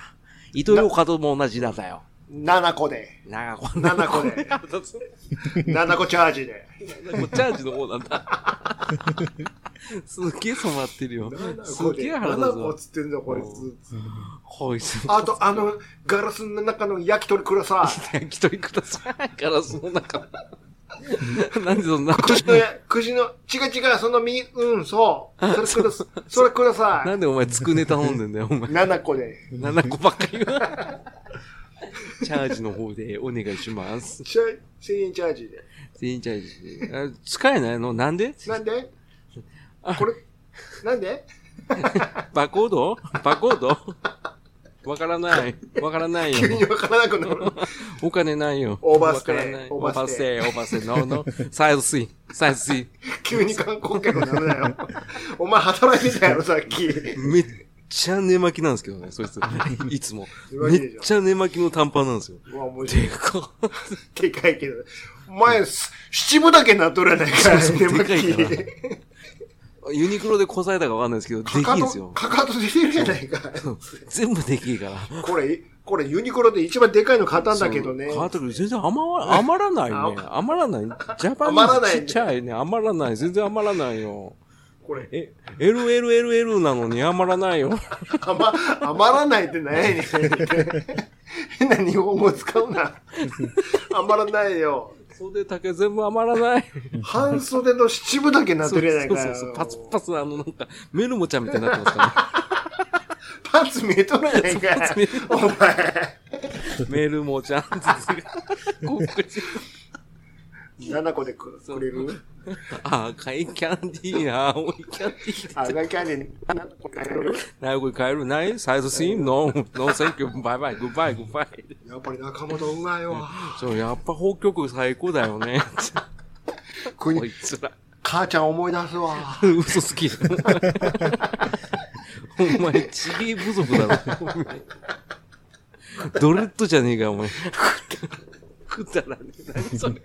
S1: 伊藤洋華とも同じだったよ。
S2: 7個で。
S1: なん かこんな。
S2: 7個で。7個チャージで。
S1: もうチャージの方なんだ。すっげえ染まってるよ。す
S2: 7
S1: っ
S2: 個
S1: げえ
S2: で。
S1: 腹立
S2: 7
S1: つ
S2: 個
S1: わ
S2: っ。つってんだ、こいつ。
S1: こいつ、
S2: あと、あの、ガラスの中の焼き鳥くださ い。
S1: 焼き鳥ください。ガラスの中。なんでそんなこ
S2: くじのや、くじの、違う違う、そのみ、うん、そう。それくださ、それくだ
S1: な
S2: さ
S1: んでお前つくね頼んでんだよ、お前
S2: い。。7個で。
S1: 7個ばっかり言うな。チャージの方でお願いします。
S2: チャ1000円チャージで。
S1: 全員チャージで。あ使えないのなんで
S2: なんでこれ、な んで
S1: バコードバコー ドわからない。わからない
S2: 急に
S1: よ。
S2: わからなくなる。
S1: お金ないよ。
S2: オーバーステイ
S1: わからない
S2: オ
S1: オー
S2: ーバ
S1: バ
S2: ー
S1: ー
S2: ス
S1: ス
S2: テ
S1: テイ、オーバーステイ。ノーノー。サイドスイ。サイドスイ。
S2: 急に観光客ダメ だよ。お前働いてたやろ、さっき。
S1: めっちゃ寝巻きなんですけどね、そいつ。いつも。
S2: マ
S1: め
S2: ジでしょ
S1: っちゃ寝巻きの短パンなんですよ。
S2: うわ、面白
S1: で
S2: い。
S1: か
S2: でかいけど。お前、す七分だけなっとるやないか。
S1: そうそう
S2: でか
S1: でかいかっユニクロでこさえたかわかんないですけど、で
S2: か
S1: き
S2: か
S1: んですよ
S2: と、。かかと出てるやないか。
S1: 全部できんから。
S2: これ、これユニクロで一番でかいの買ったんだけどね。
S1: カートリッジ全然余ら余らないね。余らない。ジャパン
S2: 余らない
S1: ちっちゃいね。余らない。全然余らないよ。
S2: これ。
S1: え、LLLL なのに余らないよ。
S2: あま、余らないって何 やねん。変な日本語使うな。余らないよ。
S1: 袖丈全部余ら ない。
S2: 半袖の七分だけになってるやないか
S1: そう
S2: よ
S1: そうそう。パツパツ、あの、なんか、メルモちゃんみたいになってますか
S2: パンツ見えとるやないかい
S1: パンツ見え
S2: お前。
S1: ら、ね、メルモちゃんって告知。
S2: 七個でく くれる
S1: 赤いキャンディー、青いキャンディー。
S2: あ、ガキャンディー、7個くれる
S1: ナイフ買えるないサイズシーンノー、ノーセンキュー、バイバイ、グッバイ、グッバイ。
S2: やっぱり中本うまいわ。
S1: そう、やっぱ北極最高だよね。こい
S2: 国、
S1: つら。
S2: 母ちゃん思い出すわ。
S1: 嘘つきだ。お前、お前ちげえ部族だろ。ドレッドじゃねえか、お前。くだらねえ。何それ。っ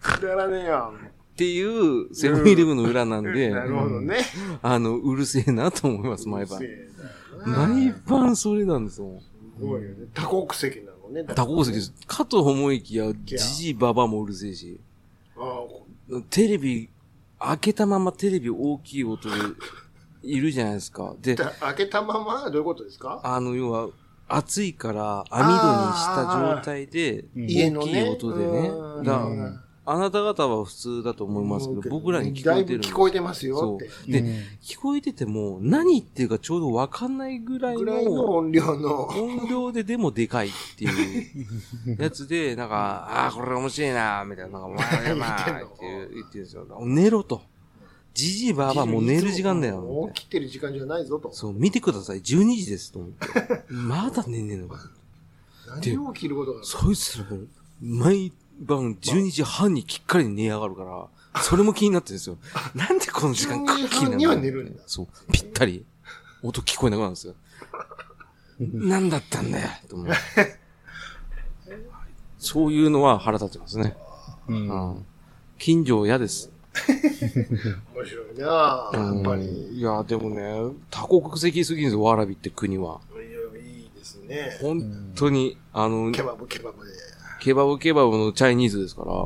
S2: くだらねえよ。
S1: ていう、セブンイレブンの裏なんで、
S2: なるほどね。
S1: あの、うるせえなと思います、毎
S2: う
S1: 晩
S2: る。せえな
S1: 毎晩それなんですよ。
S2: すごいよね。多国籍なのね。だ
S1: 多国籍です。かと思いきや、じじいばばもうるせえし。
S2: ああ、
S1: テレビ、開けたままテレビ大きい音で、いるじゃないですか。で、
S2: だ開けたままどういうことですか
S1: あの、要は、暑いから網戸にした状態で、
S3: うん
S2: 家の
S1: 大
S2: ね。
S1: きい音でね
S2: う。ん
S1: だか
S3: う
S1: ら
S3: ん
S1: あなた方は普通だと思いますけど、僕らに聞こえてるんです
S2: だいぶ聞こえてますよ
S1: そ
S2: って。
S1: う。で、聞こえてても、何言ってるかちょうどわかんないぐらい
S2: ぐらいの
S1: の
S2: 音量の。
S1: 音量ででもでかいっていうやつ で、なんか、ああー、これ面白いな、みたいな、なんか、まあ、やまあ、っていう言ってるんですよ。寝ろと。じじいばあばもう寝る時間だよ。
S2: 起きてる時間じゃないぞと。
S1: そう、見てください。12時です。と思って。まだ寝ねえのか。
S2: 何を切ることが
S1: そいつら、毎晩12時半にきっかり寝やがるから、それも気になってるんですよ。なんでこの時間クッキーな
S2: 12時半
S1: の
S2: には寝るんだ
S1: そう。ぴったり、音聞こえなくなるんですよ。なんだったんだよ、と思う。 そういうのは腹立ってますね。
S3: う
S1: う
S3: ん
S1: ん。近所嫌です。
S2: 面白いなあやっぱり。
S1: うんいや、でもね、多国籍すぎるんですよ、わらびって国は。
S2: いいですね。
S1: 本当に、あの、
S2: ケバブ、ケバブで。
S1: ケバブケバブのチャイニーズですから、
S2: うん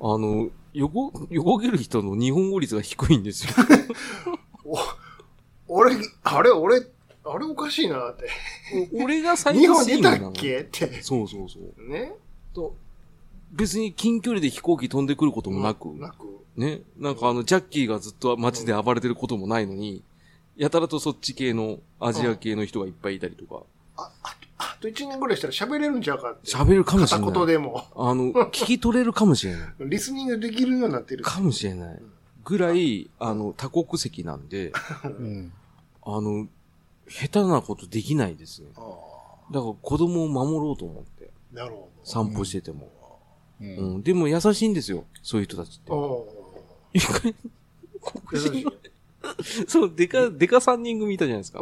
S1: あの、横、横切る人の日本語率が低いん ですよ。
S2: お俺、あれ、俺、あれおかしいなって。
S1: 俺が最
S2: 日
S1: 高
S2: 本
S1: 水
S2: 出
S1: 準な
S2: た
S1: の
S2: っけって。
S1: そうそうそう。
S2: ね。
S1: と別に近距離で飛行機飛んでくることもなく、
S2: なく。
S1: ね。なんかあの、ジャッキーがずっと街で暴れてることもないのに、やたらとそっち系の、アジア系の人がいっぱいいたりとか、
S2: あと1年ぐらいしたら喋れるんちゃうかって。
S1: 喋るかもしれ
S2: 片
S1: な
S2: 言
S1: い。
S2: でも。
S1: あの、聞き取れるかもしれない。
S2: リスニングできるようになってる。
S1: かもしれない。ぐらい、あの、多国籍なんで、
S3: うん
S1: あの、下手なことできないですね。
S2: ああ
S1: だから子供を守ろうと思って、
S2: なるほ
S1: 散歩してても。
S3: う
S1: うんん、でも優しいんですよ、そういう人たちって
S2: ど。。おー
S1: 一回、黒
S2: 優し
S1: 人
S2: い
S1: の、そう、デカ、デカ3人組いたじゃないですか。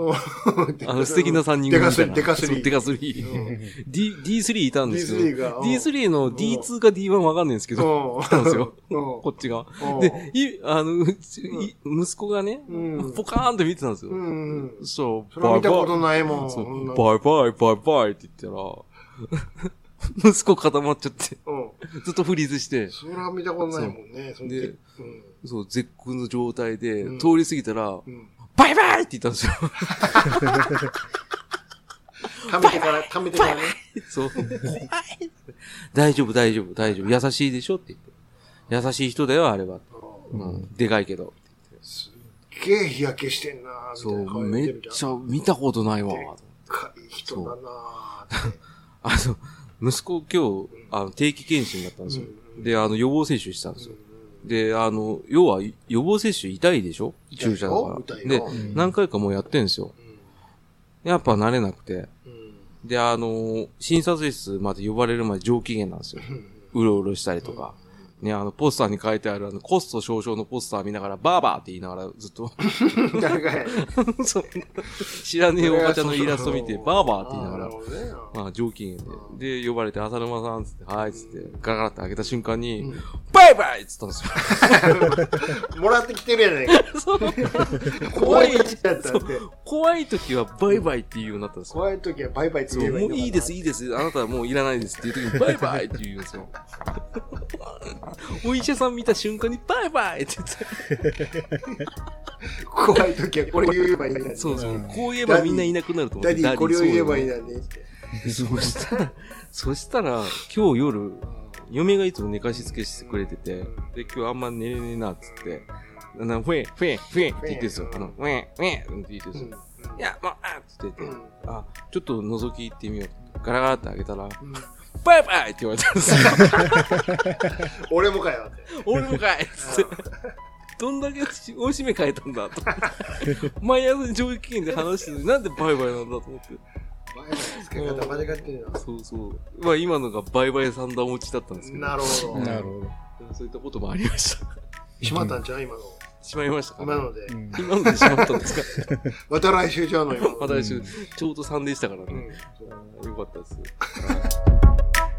S1: あの、素敵な3人組みたいな。
S2: デカ
S1: そ
S2: ス
S1: う
S2: リー。
S1: デ
S2: デカ
S1: カ
S2: スリ
S1: 3。
S2: ー。
S1: D、D3 いたんですけ
S2: D3 が
S1: ど、
S2: うん
S1: D3 の D2 か D1 わかんないんですけど、
S2: うん。
S1: いたんですよ。
S2: うん
S1: こっちが。
S2: うん
S1: で、い、あの、うちい息子がね
S2: うん、
S1: ポカーンって見てたんですよ
S2: う。んうん。
S1: そう、
S2: それは見たこと
S1: い。
S2: ないもん。
S1: そ
S2: ん
S1: う、
S2: な
S1: バイバイ、バイバイって言ったら、 息子固まっちゃって、
S2: うん。
S1: ずっとフリーズして、
S2: それは見たことないもんね。そん
S1: で
S2: で、うん。
S1: そう、絶句の状態で、
S2: うん
S1: 通り過ぎたら
S2: う、ん。
S1: バイバイって言ったんですよ。
S2: 溜めてから、溜めてからね。
S1: そう。大丈夫、大丈夫、大丈夫。優しいでしょって言って。優しい人だよ、あれは。
S2: うん
S1: うん。でかいけど。
S2: すっげえ日焼けしてんなーみ
S1: そ
S2: たいな
S1: う、
S2: 顔
S1: め
S2: や
S1: って
S2: みたいな
S1: ちゃ見たことないわ。
S2: かい人だなーって。
S1: あの、息子今日、あの、定期検診だったんですよ。で、あの、予防接種したんですよ。で、あの、要は、予防接種痛いでしょ
S2: 痛いよ
S1: 注射だから
S2: 痛。い
S1: で
S2: よう、ん
S1: 何回かもうやってんですよ。やっぱ慣れなくて。
S2: うんうん
S1: で、あの、診察室まで呼ばれるまで上機嫌なんですよ。うろうろしたりとか。ね、あの、ポスターに書いてある、あの、コスト少々のポスター見ながら、バーバーって言いながら、ずっと、
S2: うん誰かや。
S1: そう知らねえおばちゃんのイラスト見て、バーバーって言いなが
S2: あ
S1: ら
S2: ー、なるほどね
S1: まあ、上機嫌で。で、呼ばれて、浅沼さんっつって、はいっつって、ガラガラって開けた瞬間に、バイバイっつったんで すよ。
S2: もらってきてるやないか。 怖いやつやったって。
S1: 怖い時はバイバイって言うようになったんですよ。
S2: 怖い時はバイバイって
S1: そ
S2: 言え
S1: う、
S2: ばい
S1: も
S2: いのか
S1: う
S2: ない
S1: いです、いいです、あなたはもういらないですって いう時に、バイバイって言うんですよ。お医者さん見た瞬間に、バイバイって言って。
S2: 怖い時はこれ言えばいいんだね。
S1: そうそうう。
S3: ん
S1: こう言えばみんないなくなると思っ
S2: ダ
S1: て。
S2: ディ、これを言えばいいん
S1: な。
S2: だねって。
S1: そしたら、 そしたら、今日夜、嫁がいつも寝かしつけしてくれてて、で、今日あんま寝れねえな、っつって、あの、ふえ、ふえ、ふえって言ってるんですよ。あの、ふえ、ふえって言ってるんですよ。いや、もう、あっつってて、
S2: うん
S1: あ、ちょっと覗き行ってみよう。ガラガラって開けたら、
S2: うん
S1: バイバイって言われたんですよ。
S2: 俺もかよって。
S1: 俺もかいっつって。どんだけおいしめ変えたんだと。毎朝上機嫌で話してるのになんでバイバイなんだと思って。
S2: 前の付け方間違ってる
S1: そうそう。まあ今のがバイバイ三段落ちだったんですけど。
S2: な。なるほ
S1: うん
S2: ど。
S3: なるほど。
S1: そういったこともありました。
S2: しまったんちゃう今の。
S1: しまいましたか
S2: 今ので
S3: う。ん
S1: 今のでしまったんです か
S2: また来週ちゃうの今の。
S1: また来
S3: う
S1: 週
S3: ん、
S1: ちょうど3でしたから
S2: う
S1: ね。
S2: ん
S1: よかったです。